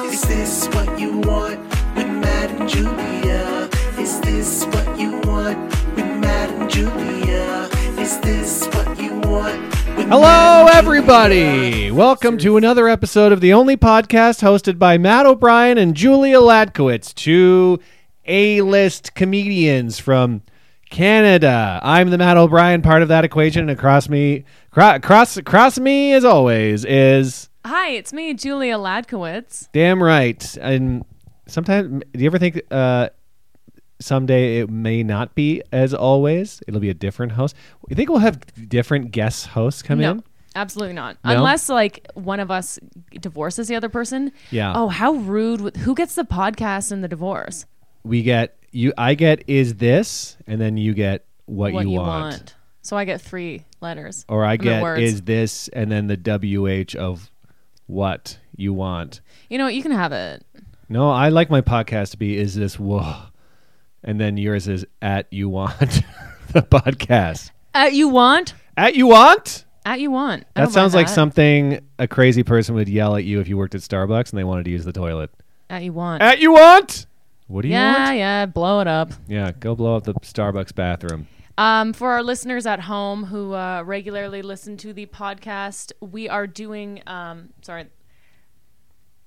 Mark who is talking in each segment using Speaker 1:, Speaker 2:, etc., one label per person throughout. Speaker 1: Is this what you want with Matt and Julia? Is this what you want with Matt and Julia? Is this what you want with
Speaker 2: Hello, everybody! Welcome to another episode of the only podcast hosted by Matt O'Brien and Julia Latkowitz, two A list comedians from Canada. I'm the Matt O'Brien part of that equation, and across me, cro- across, across me, as always, is
Speaker 3: Hi, it's me, Julia Ladkowitz.
Speaker 2: damn right. And sometimes, do you ever think uh, someday it may not be as always? It'll be a different host. You think we'll have different guest hosts come
Speaker 3: no,
Speaker 2: in?
Speaker 3: absolutely not.
Speaker 2: No?
Speaker 3: Unless like one of us divorces the other person.
Speaker 2: Yeah.
Speaker 3: Oh, how rude! With, who gets the podcast and the divorce?
Speaker 2: we get you i get is this and then you get what, you, want.
Speaker 3: So I get three letters.
Speaker 2: or i
Speaker 3: mean,
Speaker 2: get
Speaker 3: words.
Speaker 2: is this and then the wh of what you want
Speaker 3: You know what? You can have it.
Speaker 2: no i like my podcast to be is this whoa and then yours is at you want the podcast
Speaker 3: At you want.
Speaker 2: at you want
Speaker 3: At you want. I
Speaker 2: that
Speaker 3: don't
Speaker 2: sounds
Speaker 3: mind
Speaker 2: like something a crazy person would yell at you if you worked at starbucks and they wanted to use the toilet
Speaker 3: At you want.
Speaker 2: at you want what do you
Speaker 3: yeah,
Speaker 2: want
Speaker 3: yeah. Blow it up.
Speaker 2: yeah go blow up the starbucks bathroom
Speaker 3: Um, for our listeners at home who uh, regularly listen to the podcast, we are doing. Um, sorry.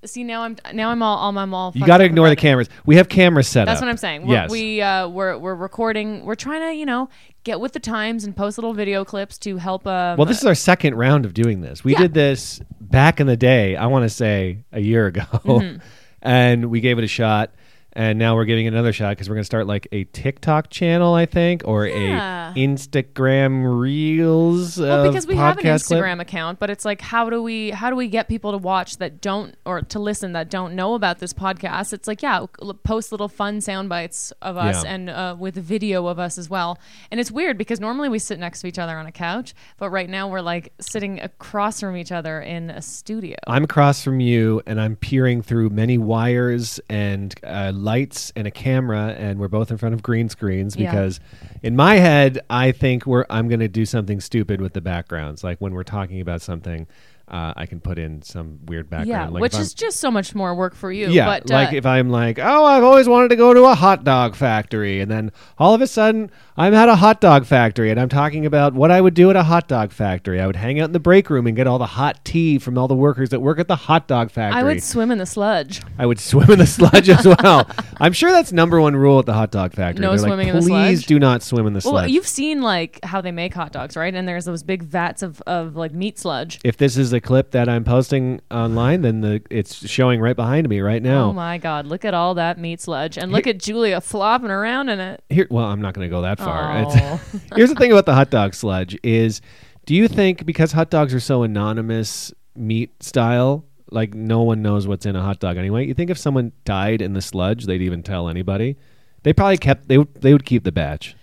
Speaker 3: See now I'm now I'm all I'm, I'm all.
Speaker 2: you
Speaker 3: fucked
Speaker 2: got to
Speaker 3: up
Speaker 2: ignore the
Speaker 3: about it.
Speaker 2: cameras we have cameras set
Speaker 3: That's
Speaker 2: up
Speaker 3: what I'm saying. We're,
Speaker 2: yes
Speaker 3: We uh, we're we're recording. We're trying to you know get with the times and post little video clips to help. Um,
Speaker 2: Well, this is our second round of doing this. We
Speaker 3: Yeah.
Speaker 2: did this back in the day, I want to say a year ago,
Speaker 3: Mm-hmm.
Speaker 2: and we gave it a shot. And now we're giving it another shot because we're going to start like a TikTok channel, I think, or
Speaker 3: Yeah.
Speaker 2: a Instagram Reels.
Speaker 3: well,
Speaker 2: of
Speaker 3: because we have an
Speaker 2: podcast clip.
Speaker 3: Instagram account, but it's like how do we how do we get people to watch that don't or to listen that don't know about this podcast? It's like yeah, l- post little fun sound bites of us
Speaker 2: Yeah.
Speaker 3: and uh, with video of us as well. And it's weird because normally we sit next to each other on a couch, but right now we're like sitting across from each other in a studio.
Speaker 2: I'm across from you, and I'm peering through many wires and uh, lights and a camera, and we're both in front of green screens
Speaker 3: Yeah.
Speaker 2: because, in my head, I think we're I'm going to do something stupid with the backgrounds. Like when we're talking about something, uh, I can put in some weird background.
Speaker 3: yeah,
Speaker 2: like
Speaker 3: which
Speaker 2: if I'm-
Speaker 3: is just so much more work for you.
Speaker 2: yeah,
Speaker 3: but,
Speaker 2: like
Speaker 3: uh,
Speaker 2: if I'm like, oh, I've always wanted to go to a hot dog factory, and then all of a sudden I'm at a hot dog factory, and I'm talking about what I would do at a hot dog factory. I would hang out in the break room and get all the hot tea from all the workers that work at the hot dog factory.
Speaker 3: I would swim in the sludge.
Speaker 2: I would swim in the sludge as well. I'm sure that's number one rule at the hot dog factory.
Speaker 3: No
Speaker 2: They're
Speaker 3: swimming
Speaker 2: like,
Speaker 3: in the
Speaker 2: Please
Speaker 3: sludge?"
Speaker 2: do not swim in the
Speaker 3: Well,
Speaker 2: sludge.
Speaker 3: you've seen like how they make hot dogs, right? And there's those big vats of, of like meat sludge.
Speaker 2: if this is a clip that I'm posting online, then the it's showing right behind me right now.
Speaker 3: Oh my god, look at all that meat sludge and look at Julia flopping around in it.
Speaker 2: Here, well, I'm not going to go that far.
Speaker 3: Oh.
Speaker 2: It's- Here's the thing about the hot dog sludge is do you think because hot dogs are so anonymous meat style, like no one knows what's in a hot dog anyway, you think if someone died in the sludge, they'd even tell anybody? They probably kept they would- they would keep the batch.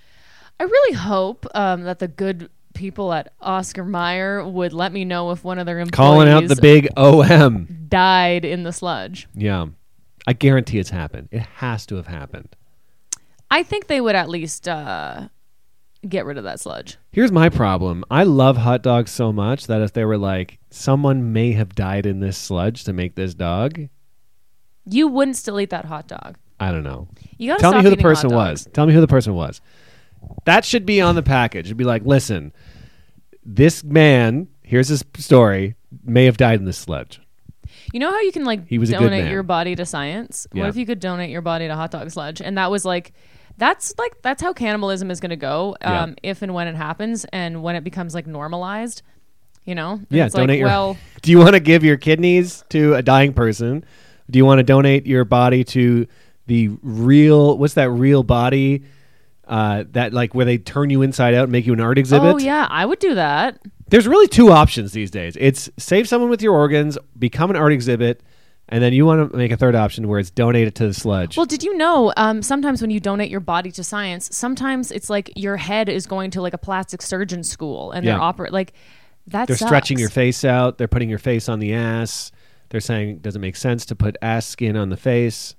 Speaker 3: I really hope um, that the good people at Oscar Mayer would let me know if one of their employees
Speaker 2: Calling out the big OM.
Speaker 3: died in the sludge.
Speaker 2: Yeah. I guarantee it's happened. It has to have happened.
Speaker 3: I think they would at least uh, get rid of that sludge.
Speaker 2: Here's my problem. I love hot dogs so much that if they were like, someone may have died in this sludge to make this dog,
Speaker 3: You wouldn't still eat that hot dog.
Speaker 2: I don't know.
Speaker 3: You gotta
Speaker 2: Tell me
Speaker 3: stop
Speaker 2: who the
Speaker 3: eating hot
Speaker 2: person
Speaker 3: dogs.
Speaker 2: was. Tell me who the person was. That should be on the package. It'd be like, listen, this man, here's his story, may have died in this sludge.
Speaker 3: You know how you can like
Speaker 2: He was a good
Speaker 3: donate
Speaker 2: man.
Speaker 3: your body to science?
Speaker 2: Yeah.
Speaker 3: What if you could donate your body to hot dog sludge? And that was like that's like that's how cannibalism is going to go
Speaker 2: Yeah.
Speaker 3: um, if and when it happens and when it becomes like normalized, you know? And
Speaker 2: yeah,
Speaker 3: it's
Speaker 2: donate
Speaker 3: like,
Speaker 2: your.
Speaker 3: well,
Speaker 2: do you want to give your kidneys to a dying person? Do you want to donate your body to the real? What's that real body? Uh, that like where they turn you inside out and make you an art exhibit.
Speaker 3: oh yeah, I would do that.
Speaker 2: There's really two options these days. It's save someone with your organs, become an art exhibit, and then you want to make a third option where it's donate it to the sludge.
Speaker 3: Well, did you know um, sometimes when you donate your body to science, sometimes it's like your head is going to like a plastic surgeon school and
Speaker 2: Yeah.
Speaker 3: they're operate like that
Speaker 2: they're
Speaker 3: sucks.
Speaker 2: stretching your face out. They're putting your face on the ass. They're saying doesn't make sense to put ass skin on the face.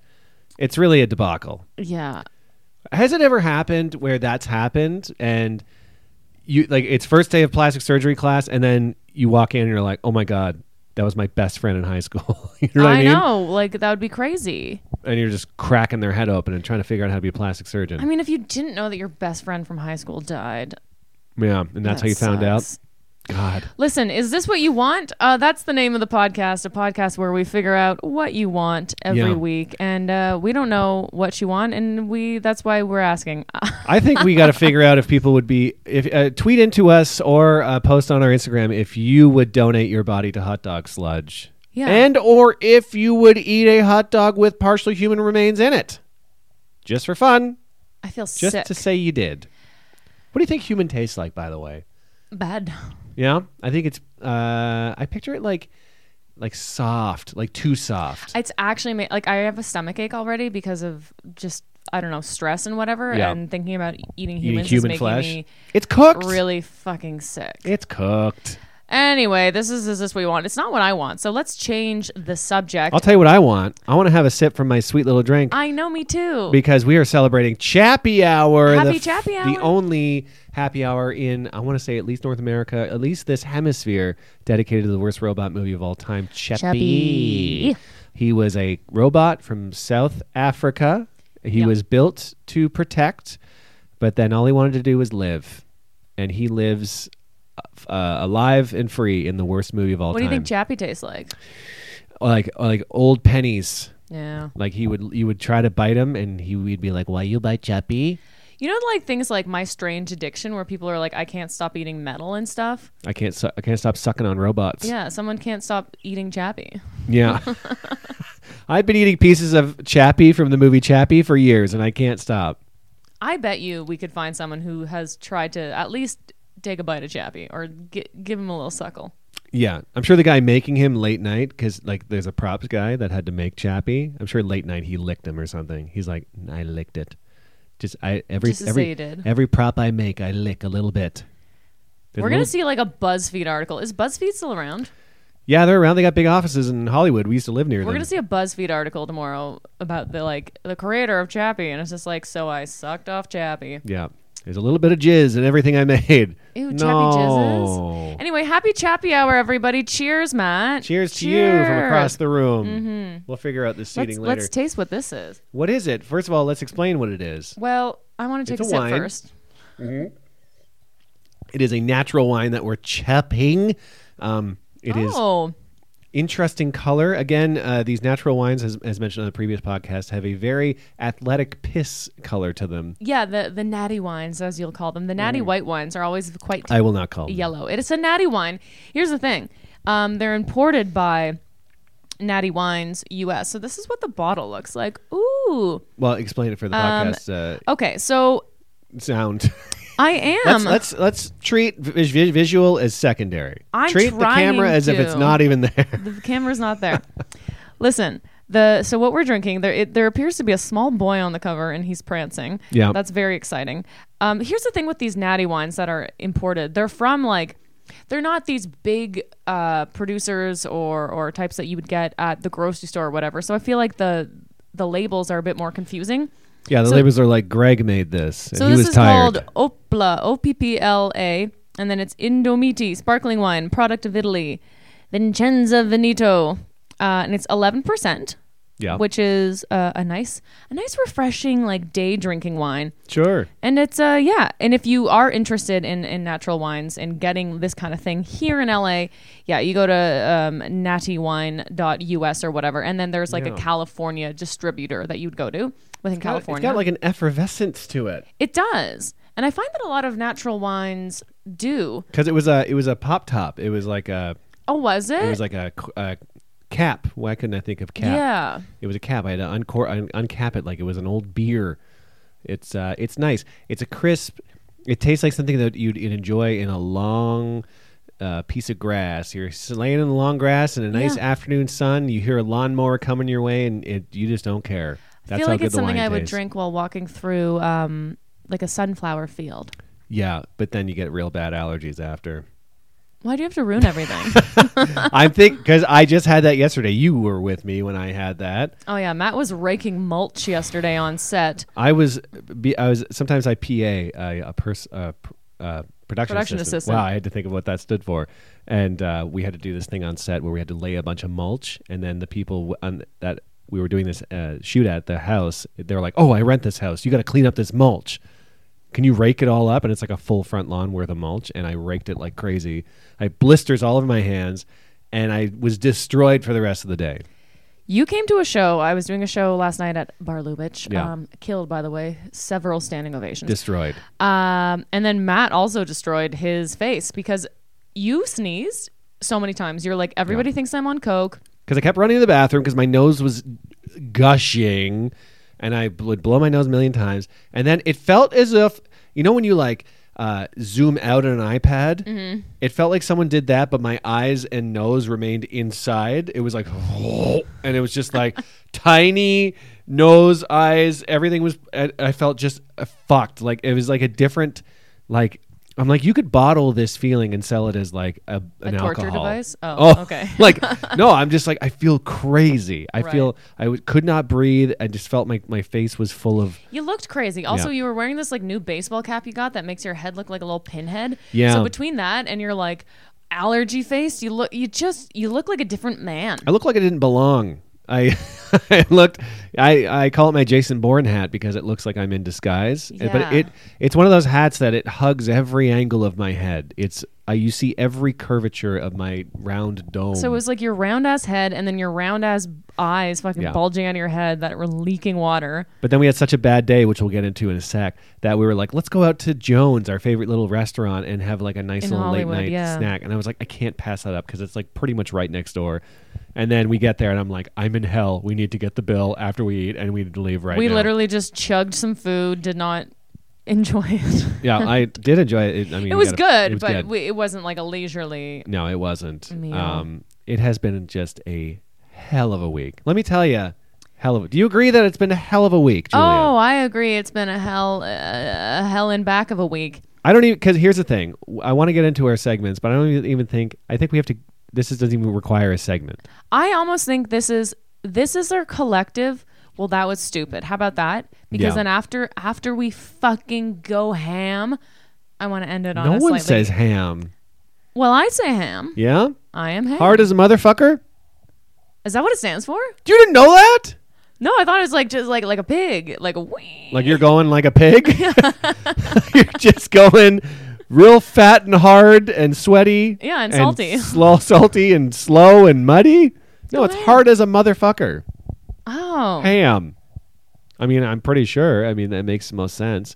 Speaker 2: It's really a debacle.
Speaker 3: Yeah.
Speaker 2: Has it ever happened where that's happened and you like it's first day of plastic surgery class and then you walk in and you're like, "Oh my god, that was my best friend in high school. you know what I, mean?
Speaker 3: know, like that would be crazy.
Speaker 2: And you're just cracking their head open and trying to figure out how to be a plastic surgeon.
Speaker 3: I mean, if you didn't know that your best friend from high school died,
Speaker 2: yeah, and that's
Speaker 3: that
Speaker 2: how you found
Speaker 3: sucks.
Speaker 2: out. God,
Speaker 3: Listen, is this what you want? Uh, that's the name of the podcast, a podcast where we figure out what you want every
Speaker 2: Yeah.
Speaker 3: week, and uh, we don't know what you want, and we—that's why we're asking.
Speaker 2: I think we got to figure out if people would be if uh, tweet into us or uh, post on our Instagram if you would donate your body to hot dog sludge.
Speaker 3: Yeah.
Speaker 2: And or if you would eat a hot dog with partially human remains in it. Just for fun,
Speaker 3: I feel
Speaker 2: just
Speaker 3: sick,
Speaker 2: to say you did. What do you think human tastes like by the way?
Speaker 3: bad.
Speaker 2: Yeah? I think it's uh I picture it like like soft, like too soft.
Speaker 3: It's actually ma- like I have a stomach ache already because of just I don't know stress and whatever,
Speaker 2: Yeah.
Speaker 3: and thinking about e- eating
Speaker 2: Eating
Speaker 3: humans is
Speaker 2: human
Speaker 3: making
Speaker 2: flesh.
Speaker 3: me
Speaker 2: It's cooked.
Speaker 3: really fucking sick.
Speaker 2: It's cooked.
Speaker 3: Anyway, this is is this what you want? It's not what I want. So let's change the subject.
Speaker 2: I'll tell you what I want. I want to have a sip from my sweet little drink.
Speaker 3: I know me too.
Speaker 2: because we are celebrating Chappy Hour.
Speaker 3: Happy
Speaker 2: the
Speaker 3: Chappy
Speaker 2: The
Speaker 3: Hour.
Speaker 2: only happy hour in, I want to say, at least North America, at least this hemisphere, dedicated to the worst robot movie of all time, Chappy.
Speaker 3: Chappie.
Speaker 2: He was a robot from South Africa. He
Speaker 3: Yep.
Speaker 2: was built to protect, but then all he wanted to do was live. And he lives uh, alive and free in the worst movie of all
Speaker 3: what do
Speaker 2: time.
Speaker 3: you think Chappie tastes like?
Speaker 2: like, like old pennies.
Speaker 3: Yeah.
Speaker 2: Like he would, you would try to bite him, and he would be like, "Why you bite Chappie?"
Speaker 3: You know, like things like my strange addiction, where people are like, "I can't stop eating metal and stuff."
Speaker 2: I can't. Su- I can't stop sucking on robots.
Speaker 3: Yeah, someone can't stop eating Chappie.
Speaker 2: Yeah. I've been eating pieces of Chappie from the movie Chappie for years, and I can't stop.
Speaker 3: I bet you we could find someone who has tried to at least take a bite of Chappie or gi- give him a little suckle.
Speaker 2: Yeah, I'm sure the guy making him late night, because like there's a props guy that had to make Chappie. I'm sure late night he licked him or something. He's like, I licked it. Just I every
Speaker 3: Just to say
Speaker 2: every
Speaker 3: you did.
Speaker 2: every prop I make, I lick a little bit. There's a
Speaker 3: We're gonna
Speaker 2: little-
Speaker 3: see like a BuzzFeed article. Is BuzzFeed still around?
Speaker 2: Yeah, they're around. They got big offices in Hollywood. We used to live near
Speaker 3: We're
Speaker 2: them.
Speaker 3: gonna see a BuzzFeed article tomorrow about the like the creator of Chappie, and it's just like, so I sucked off Chappie.
Speaker 2: Yeah. There's a little bit of jizz in everything I made.
Speaker 3: Ew, Chappie
Speaker 2: no.
Speaker 3: jizzes. Anyway, happy Chappie hour, everybody! Cheers, Matt.
Speaker 2: Cheers to you from across the room. We'll figure out this
Speaker 3: Mm-hmm. Let's,
Speaker 2: seating later.
Speaker 3: let's taste what this is.
Speaker 2: what is it? First of all, let's explain what it is.
Speaker 3: Well, I want to take
Speaker 2: It's a
Speaker 3: a, sip
Speaker 2: wine.
Speaker 3: first.
Speaker 2: It is a natural wine that we're chapping. Um, it is
Speaker 3: oh,
Speaker 2: interesting color. Again, uh, these natural wines, as, as mentioned on the previous podcast, have a very athletic piss color to them.
Speaker 3: yeah, the the natty wines, as you'll call them, the natty white wines are always quite
Speaker 2: Mm. I will not call them.
Speaker 3: yellow. It is a natty wine. Here's the thing, um, they're imported by Natty Wines U.S. So this is what the bottle looks like. Ooh.
Speaker 2: Well, explain it for the
Speaker 3: Um,
Speaker 2: podcast uh,
Speaker 3: Okay, so
Speaker 2: sound.
Speaker 3: I am.
Speaker 2: Let's, let's let's treat vi- vi- visual as secondary.
Speaker 3: I'm
Speaker 2: treat the camera
Speaker 3: trying
Speaker 2: as if it's
Speaker 3: to.
Speaker 2: not even there.
Speaker 3: the camera's not there. Listen, the so what we're drinking there it, there appears to be a small boy on the cover and he's prancing.
Speaker 2: Yeah.
Speaker 3: that's very exciting. Um, here's the thing with these natty wines that are imported. They're from like they're not these big uh, producers or or types that you would get at the grocery store or whatever. So I feel like the the labels are a bit more confusing.
Speaker 2: Yeah, the
Speaker 3: So-
Speaker 2: labels are like Greg made this, and
Speaker 3: So
Speaker 2: he
Speaker 3: this
Speaker 2: was
Speaker 3: is
Speaker 2: tired.
Speaker 3: called Opla, O P P L A, and then it's Indomiti, sparkling wine, product of Italy, Vincenza Veneto, uh, and it's eleven percent.
Speaker 2: Yeah.
Speaker 3: which is uh, a nice, a nice refreshing like day drinking wine.
Speaker 2: sure.
Speaker 3: And it's uh yeah, and if you are interested in in natural wines and getting this kind of thing here in LA, yeah, you go to um, nattywine.us or whatever, and then there's like
Speaker 2: Yeah.
Speaker 3: a California distributor that you'd go to within California.
Speaker 2: It's got like an effervescence to it
Speaker 3: It does. And I find that a lot of natural wines do.
Speaker 2: because it was a it was a pop top. It was like a
Speaker 3: Oh, was it?
Speaker 2: it was like a, c- a cap. Why couldn't I think of cap?
Speaker 3: yeah.
Speaker 2: it was a cap. I had to uncor- un- uncap it like it was an old beer. It's uh, it's nice. It's a crisp. It tastes like something that you'd you'd enjoy in a long uh, piece of grass. You're s- laying in the long grass in a nice
Speaker 3: Yeah.
Speaker 2: afternoon sun. You hear a lawnmower coming your way, and it, you just don't care. That's
Speaker 3: I feel
Speaker 2: how
Speaker 3: like
Speaker 2: good
Speaker 3: it's
Speaker 2: the
Speaker 3: something
Speaker 2: wine
Speaker 3: I would
Speaker 2: tastes.
Speaker 3: drink while walking through um, like a sunflower field.
Speaker 2: Yeah, but then you get real bad allergies after.
Speaker 3: Why do you have to ruin everything?
Speaker 2: I think because I just had that yesterday. You were with me when I had that.
Speaker 3: oh, yeah. Matt was raking mulch yesterday on set.
Speaker 2: I was, be, I was. Sometimes I PA a, a person, uh, pr- uh, production,
Speaker 3: Production assistant.
Speaker 2: Wow, I had to think of what that stood for. And uh, we had to do this thing on set where we had to lay a bunch of mulch, and then the people w- on that we were doing this uh, shoot at the house, they were like, "Oh, I rent this house. You got to clean up this mulch." Can you rake it all up? And it's like a full front lawn worth of mulch. And I raked it like crazy. I had blisters all over my hands, and I was destroyed for the rest of the day.
Speaker 3: You came to a show. I was doing a show last night at Bar Lubitsch.
Speaker 2: Yeah.
Speaker 3: Um, killed, by the way, several standing ovations.
Speaker 2: Destroyed.
Speaker 3: um, and then Matt also destroyed his face because you sneezed so many times. You're like, everybody thinks I'm on coke.
Speaker 2: because I kept running to the bathroom because my nose was gushing, and I bl- would blow my nose a million times, and then it felt as if you know when you like uh, zoom out on an iPad,
Speaker 3: Mm-hmm.
Speaker 2: it felt like someone did that, but my eyes and nose remained inside. It was like, and it was just like tiny nose, eyes, everything was. I, I felt just uh, fucked. Like it was like a different, like. I'm like, you could bottle this feeling and sell it as like a, an
Speaker 3: torture
Speaker 2: alcohol.
Speaker 3: device? Oh, okay.
Speaker 2: like no, I'm just like I feel crazy. I
Speaker 3: Right.
Speaker 2: feel I w- could not breathe. I just felt my my face was full of
Speaker 3: You looked crazy. Also,
Speaker 2: Yeah.
Speaker 3: you were wearing this like new baseball cap you got that makes your head look like a little pinhead.
Speaker 2: Yeah.
Speaker 3: So between that and your like allergy face, you look you just you look like a different man.
Speaker 2: I looked like I didn't belong. I, I looked. I, I call it my Jason Bourne hat because it looks like I'm in disguise. Uh, But
Speaker 3: Yeah.
Speaker 2: it it's one of those hats that it hugs every angle of my head. It's uh, you see every curvature of my round dome.
Speaker 3: So it was like your round ass head and then your round ass eyes fucking
Speaker 2: Yeah.
Speaker 3: bulging out of your head that were leaking water.
Speaker 2: But then we had such a bad day, which we'll get into in a sec, that we were like, let's go out to Jones, our favorite little restaurant, and have like a nice
Speaker 3: In
Speaker 2: little
Speaker 3: Hollywood,
Speaker 2: late night
Speaker 3: yeah.
Speaker 2: snack. And I was like, I can't pass that up because it's like pretty much right next door. And then we get there, and I'm like, I'm in hell. We need to get the bill after we eat, and we need to leave right
Speaker 3: we
Speaker 2: now.
Speaker 3: literally just chugged some food, did not enjoy it.
Speaker 2: yeah, I did enjoy it. I mean,
Speaker 3: it
Speaker 2: you
Speaker 3: was
Speaker 2: gotta-
Speaker 3: good,
Speaker 2: it was
Speaker 3: but We, it wasn't like a leisurely.
Speaker 2: no, it wasn't.
Speaker 3: Meal.
Speaker 2: Um, it has been just a hell of a week. Let me tell you, hell of. A, do you agree that it's been a hell of a week, Julia?
Speaker 3: Oh, I agree. It's been a hell, uh, a hell and back of a week.
Speaker 2: I don't even because here's the thing. W- I want to get into our segments, but I don't even- even think. I think we have to. This is, doesn't even require a segment.
Speaker 3: I almost think this is this is our collective. Well, that was stupid. How about that?
Speaker 2: Yeah.
Speaker 3: Because then after after we fucking go ham, I want to end it on
Speaker 2: no
Speaker 3: a
Speaker 2: one
Speaker 3: slightly.
Speaker 2: says ham.
Speaker 3: well, I say ham.
Speaker 2: Yeah,
Speaker 3: I am ham.
Speaker 2: hard as a motherfucker.
Speaker 3: Is that what it stands for?
Speaker 2: You didn't know that?
Speaker 3: No, I thought it was like just like like a pig, like a wee.
Speaker 2: Like you're going like a pig. you're just going real fat and hard and sweaty.
Speaker 3: Yeah, and salty.
Speaker 2: slow, salty and slow and muddy. No, it's
Speaker 3: Wow.
Speaker 2: hard as a motherfucker.
Speaker 3: oh.
Speaker 2: Ham. I mean, I'm pretty sure. I mean, that makes the most sense.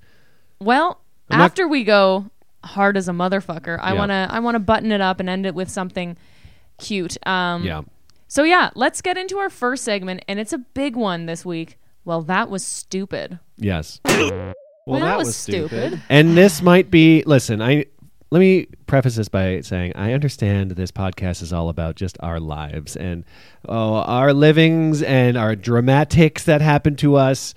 Speaker 3: Well,
Speaker 2: I'm not-
Speaker 3: after we go hard as a motherfucker, I
Speaker 2: Yeah.
Speaker 3: wanna I wanna button it up and end it with something cute. Um,
Speaker 2: Yeah.
Speaker 3: So yeah, let's get into our first segment, and it's a big one this week. Well, that was stupid.
Speaker 2: Yes.
Speaker 3: Well, that that was was stupid. stupid.
Speaker 2: And this might be listen, I let me preface this by saying I understand this podcast is all about just our lives and oh, our livings and our dramatics that happen to us.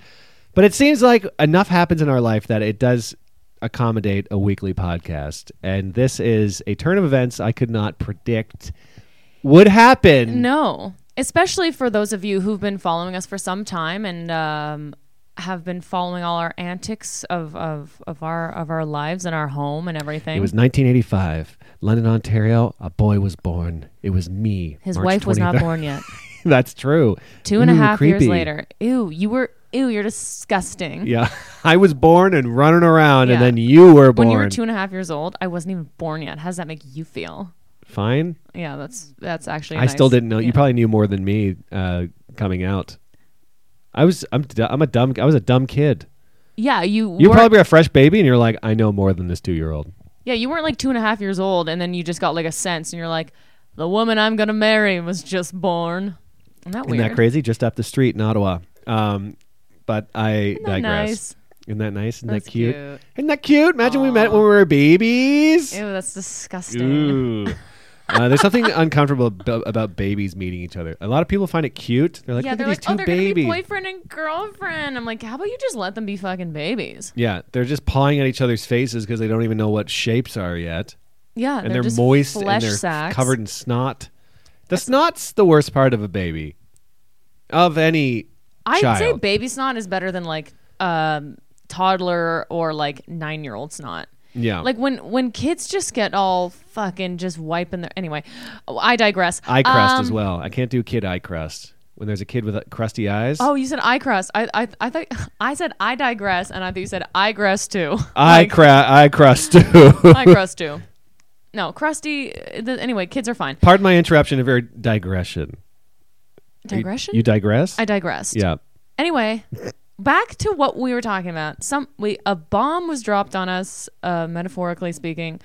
Speaker 2: But it seems like enough happens in our life that it does accommodate a weekly podcast. And this is a turn of events I could not predict would happen.
Speaker 3: No, especially for those of you who've been following us for some time and um, have been following all our antics of, of of our of our lives and our home and everything.
Speaker 2: It was 1985, London, Ontario. A boy was born. It was me.
Speaker 3: His
Speaker 2: March
Speaker 3: wife was not
Speaker 2: 23rd.
Speaker 3: born yet.
Speaker 2: That's true.
Speaker 3: Two and a
Speaker 2: Ooh,
Speaker 3: half years
Speaker 2: creepy.
Speaker 3: later. Ew, you were. Ew, you're disgusting.
Speaker 2: Yeah, I was born and running around, and
Speaker 3: Yeah.
Speaker 2: then you were born.
Speaker 3: When you were two and a half years old, I wasn't even born yet. How does that make you feel?
Speaker 2: Fine.
Speaker 3: Yeah, that's that's actually.
Speaker 2: I still
Speaker 3: nice.
Speaker 2: didn't know. You
Speaker 3: Yeah.
Speaker 2: probably knew more than me uh, coming out. I was. I'm. d- I'm a dumb. I was a dumb kid.
Speaker 3: Yeah, you.
Speaker 2: You
Speaker 3: were,
Speaker 2: probably were a fresh baby, and you're like, I know more than this two year old.
Speaker 3: Yeah, you weren't like two and a half years old, and then you just got like a sense, and you're like, the woman I'm gonna marry was just born. Isn't that
Speaker 2: Isn't
Speaker 3: weird?
Speaker 2: that crazy? Just up the street in Ottawa. Um, but I
Speaker 3: that
Speaker 2: digress.
Speaker 3: nice?
Speaker 2: Isn't that nice? Isn't
Speaker 3: That's
Speaker 2: that cute?
Speaker 3: cute.
Speaker 2: Isn't that cute? Imagine we met when we were babies.
Speaker 3: Ew, that's disgusting.
Speaker 2: Ooh. Uh, there's something uncomfortable ab- about babies meeting each other. A lot of people find it cute. They're like,
Speaker 3: yeah,
Speaker 2: look
Speaker 3: they're
Speaker 2: at these
Speaker 3: like,
Speaker 2: two
Speaker 3: oh, they're
Speaker 2: babies.
Speaker 3: gonna be boyfriend and girlfriend. I'm like, how about you just let them be fucking babies?
Speaker 2: yeah, they're just pawing at each other's faces because they don't even know what shapes are yet,
Speaker 3: Yeah,
Speaker 2: and
Speaker 3: they're,
Speaker 2: they're,
Speaker 3: just
Speaker 2: moist and
Speaker 3: flesh
Speaker 2: they're
Speaker 3: sacks.
Speaker 2: covered in snot. The snot's the worst part of a baby, of any
Speaker 3: I'd say
Speaker 2: child.
Speaker 3: baby snot is better than like um, toddler or like nine year old snot.
Speaker 2: Yeah.
Speaker 3: Like when when kids just get all fucking just wiping their anyway. Oh, I digress.
Speaker 2: Eye crust
Speaker 3: Um,
Speaker 2: as well. I can't do kid eye crust. When there's a kid with uh, crusty eyes,
Speaker 3: Oh, you said eye crust. I I I thought I said I digress, and I thought you said I gress too.
Speaker 2: eye,
Speaker 3: Like,
Speaker 2: cra- eye crust too.
Speaker 3: I crust too. No, crusty. uh, The, anyway, kids are fine.
Speaker 2: Pardon my interruption, a very digression. You-
Speaker 3: Digression.
Speaker 2: You, digress?
Speaker 3: I digressed.
Speaker 2: yeah.
Speaker 3: Anyway, back to what we were talking about. Some we a bomb was dropped on us, uh, metaphorically speaking,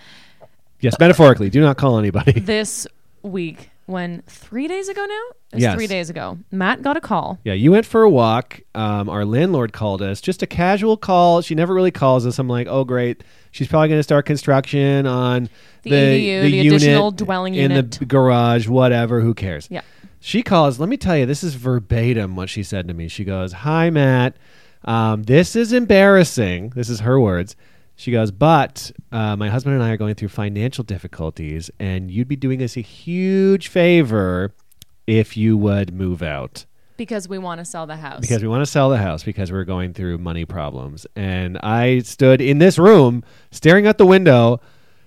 Speaker 2: Yes, metaphorically. Do not call anybody.
Speaker 3: this week. When three days ago now, it was
Speaker 2: Yes.
Speaker 3: three days ago, Matt got a call.
Speaker 2: Yeah, you went for a walk. Um, our landlord called us. Just a casual call. She never really calls us. I'm like, oh great. She's probably going to start construction on
Speaker 3: The ADU, the additional dwelling
Speaker 2: in
Speaker 3: unit.
Speaker 2: the b- garage. Whatever. Who cares?
Speaker 3: Yeah.
Speaker 2: She calls. Let me tell you, this is verbatim what she said to me. She goes, Hi, Matt. Um, this is embarrassing. This is her words. She goes, But uh, my husband and I are going through financial difficulties, and you'd be doing us a huge favor if you would move out
Speaker 3: Because we want to sell the house.
Speaker 2: because we want to sell the house because we're going through money problems. And I stood in this room staring out the window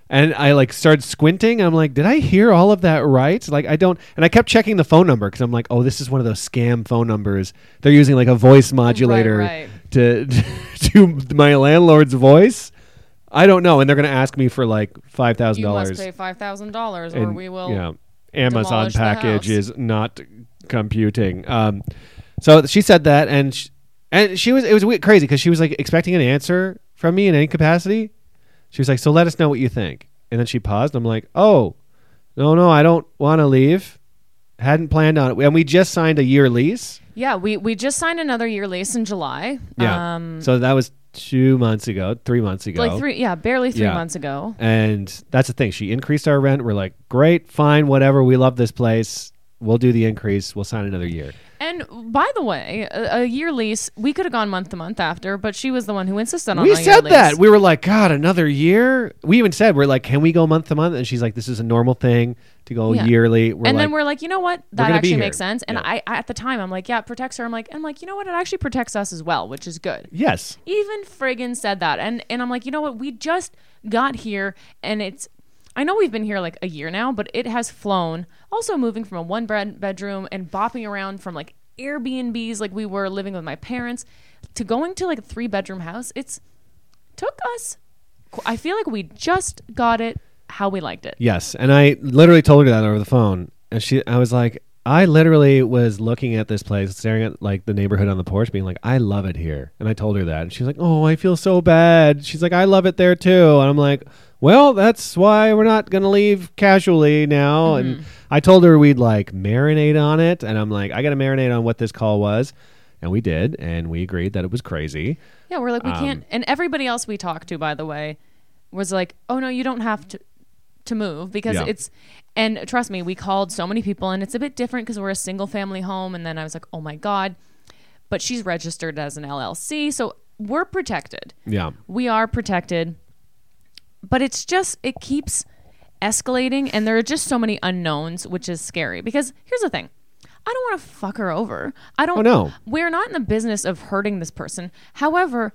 Speaker 2: and I like started squinting. I'm like, did I hear all of that right? Like, I don't. And I kept checking the phone number because I'm like, oh, this is one of those scam phone numbers. They're using like a voice modulator
Speaker 3: right.
Speaker 2: to to my landlord's voice. I don't know. And they're going to ask me for like five thousand
Speaker 3: you must
Speaker 2: dollars.
Speaker 3: pay five thousand dollars, or
Speaker 2: And,
Speaker 3: we will.
Speaker 2: yeah amazon
Speaker 3: demolish the
Speaker 2: package
Speaker 3: house.
Speaker 2: is not computing um so she said that and sh and she was it was weird, crazy because she was like expecting an answer from me in any capacity she was like so let us know what you think and then she paused i'm like oh no no i don't want to leave hadn't planned on it and we just signed a year lease
Speaker 3: Yeah, we we just signed another year lease in July.
Speaker 2: yeah
Speaker 3: Um,
Speaker 2: so that was two months ago three months ago
Speaker 3: like three, yeah, barely three
Speaker 2: Yeah.
Speaker 3: months ago.
Speaker 2: And that's the thing. She increased our rent. We're like, great, fine, whatever. We love this place. We'll do the increase. We'll sign another year.
Speaker 3: And by the way, a, a year lease, we could have gone month to month after, but she was the one who insisted on
Speaker 2: we
Speaker 3: a year
Speaker 2: said that.
Speaker 3: lease.
Speaker 2: We were like, God, another year. We even said, we're like, can we go month to month? And she's like, this is a normal thing to go
Speaker 3: Yeah.
Speaker 2: yearly. We're
Speaker 3: and
Speaker 2: like,
Speaker 3: then we're like, you know what? That
Speaker 2: gonna be
Speaker 3: actually
Speaker 2: here.
Speaker 3: makes sense. And
Speaker 2: Yeah.
Speaker 3: I, I at the time I'm like, yeah, it protects her. I'm like, and like, you know what? It actually protects us as well, which is good.
Speaker 2: yes.
Speaker 3: even friggin said that and and i'm like you know what we just got here and it's i know we've been here like a year now but it has flown also moving from a one bed bedroom and bopping around from like airbnbs like we were living with my parents to going to like a three bedroom house it's took us qu- i feel like we just got it how we liked it
Speaker 2: Yes. And I literally told her that over the phone. And she, I was like, I literally was looking at this place, staring at like the neighborhood on the porch, being like, I love it here. And I told her that. And she's like, Oh, I feel so bad. She's like, I love it there too. And I'm like, Well, that's why we're not going to leave casually now. And I told her we'd like marinate on it. And I'm like, I got to marinate on what this call was. And we did. And we agreed that it was crazy.
Speaker 3: Yeah, we're like, we can't. And everybody else we talked to, by the way, was like, oh no, you don't have to to move because
Speaker 2: Yeah.
Speaker 3: it's. And trust me, we called so many people, and it's a bit different because we're a single family home. And then I was like, oh my god, but she's registered as an LLC, so we're protected.
Speaker 2: Yeah.
Speaker 3: We are protected, but it's just it keeps escalating, and there are just so many unknowns, which is scary. Because here's the thing. I don't want to fuck her over. I don't
Speaker 2: Oh, no.
Speaker 3: we're not in the business of hurting this person. However,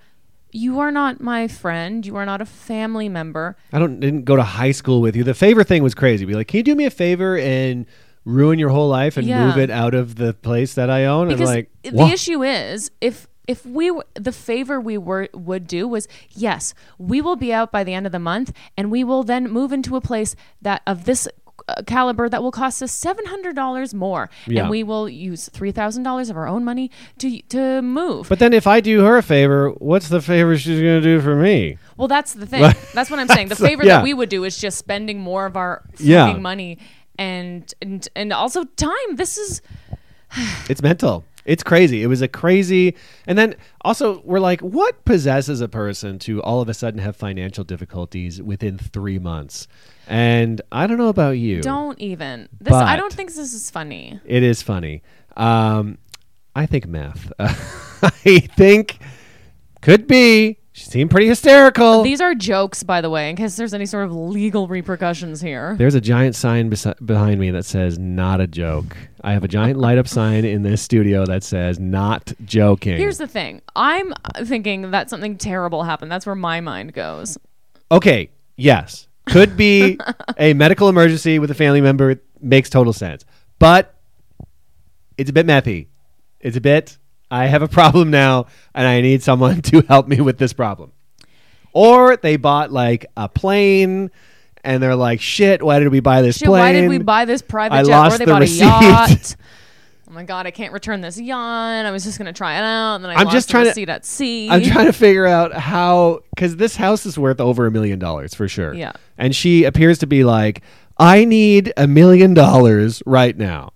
Speaker 3: you are not my friend. You are not a family member.
Speaker 2: I don't didn't go to high school with you. The favor thing was crazy. Be like, can you do me a favor and ruin your whole life and
Speaker 3: Yeah.
Speaker 2: move it out of the place that I own?
Speaker 3: Because
Speaker 2: and like,
Speaker 3: the
Speaker 2: "Wha-
Speaker 3: issue is if if we w- the favor we were would do was yes, we will be out by the end of the month, and we will then move into a place that of this uh, caliber that will cost us seven hundred dollars more,
Speaker 2: Yeah.
Speaker 3: and we will use three thousand dollars of our own money to to move.
Speaker 2: But then if I do her a favor, what's the favor she's gonna do for me?
Speaker 3: Well, that's the thing. that's what I'm saying. The favor
Speaker 2: yeah.
Speaker 3: that we would do is just spending more of our fucking
Speaker 2: Yeah.
Speaker 3: money and, and and also time. This is
Speaker 2: It's mental. It's crazy. It was a crazy, and then also we're like, what possesses a person to all of a sudden have financial difficulties within three months? And I don't know about you.
Speaker 3: don't even. This I
Speaker 2: But-
Speaker 3: don't think this is funny.
Speaker 2: It is funny. Um, I think math. I think could be. She seemed pretty hysterical.
Speaker 3: These are jokes, by the way, in case there's any sort of legal repercussions here.
Speaker 2: There's a giant sign besi- behind me that says "not a joke." I have a giant light up sign in this studio that says "not joking."
Speaker 3: uh, Here's the thing. I'm thinking that something terrible happened. That's where my mind goes.
Speaker 2: okay, yes, could be a medical emergency with a family member. It makes total sense, but it's a bit mathy. It's a bit. I have a problem now, and I need someone to help me with this problem. Or they bought like a plane, and they're like, "Shit, why did we buy this
Speaker 3: Shit,
Speaker 2: plane?
Speaker 3: why did we buy this private
Speaker 2: I
Speaker 3: jet?
Speaker 2: lost
Speaker 3: or they
Speaker 2: the
Speaker 3: bought
Speaker 2: receipt.
Speaker 3: a yacht. Oh my god, I can't return this yacht. I was just gonna try it out, and then I
Speaker 2: I'm
Speaker 3: lost
Speaker 2: just
Speaker 3: the
Speaker 2: trying to-
Speaker 3: receipt at sea.
Speaker 2: I'm trying to figure out how because this house is worth over a million dollars for sure.
Speaker 3: Yeah.
Speaker 2: and she appears to be like, "I need a million dollars right now."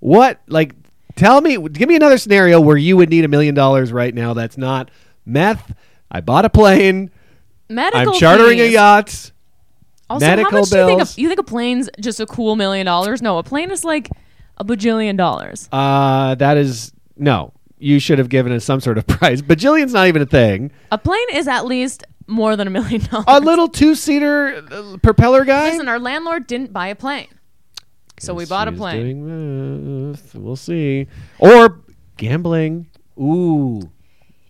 Speaker 2: What? Like, tell me, give me another scenario where you would need a million dollars right now. That's not meth. I bought a plane.
Speaker 3: Medical.
Speaker 2: I'm chartering a
Speaker 3: fees.
Speaker 2: yacht.
Speaker 3: Also,
Speaker 2: medical
Speaker 3: how much do you think
Speaker 2: bills.
Speaker 3: a, you think a plane's just a cool million dollars? No, a plane is like a bajillion dollars.
Speaker 2: Uh, that is no. You should have given us some sort of price. Bajillion's not even a thing.
Speaker 3: A plane is at least more than a million dollars.
Speaker 2: A little two-seater uh, propeller guy.
Speaker 3: Listen, our landlord didn't buy a plane, so we
Speaker 2: Yes,
Speaker 3: bought a
Speaker 2: she's
Speaker 3: plane.
Speaker 2: doing meth. We'll see. Or gambling. Ooh,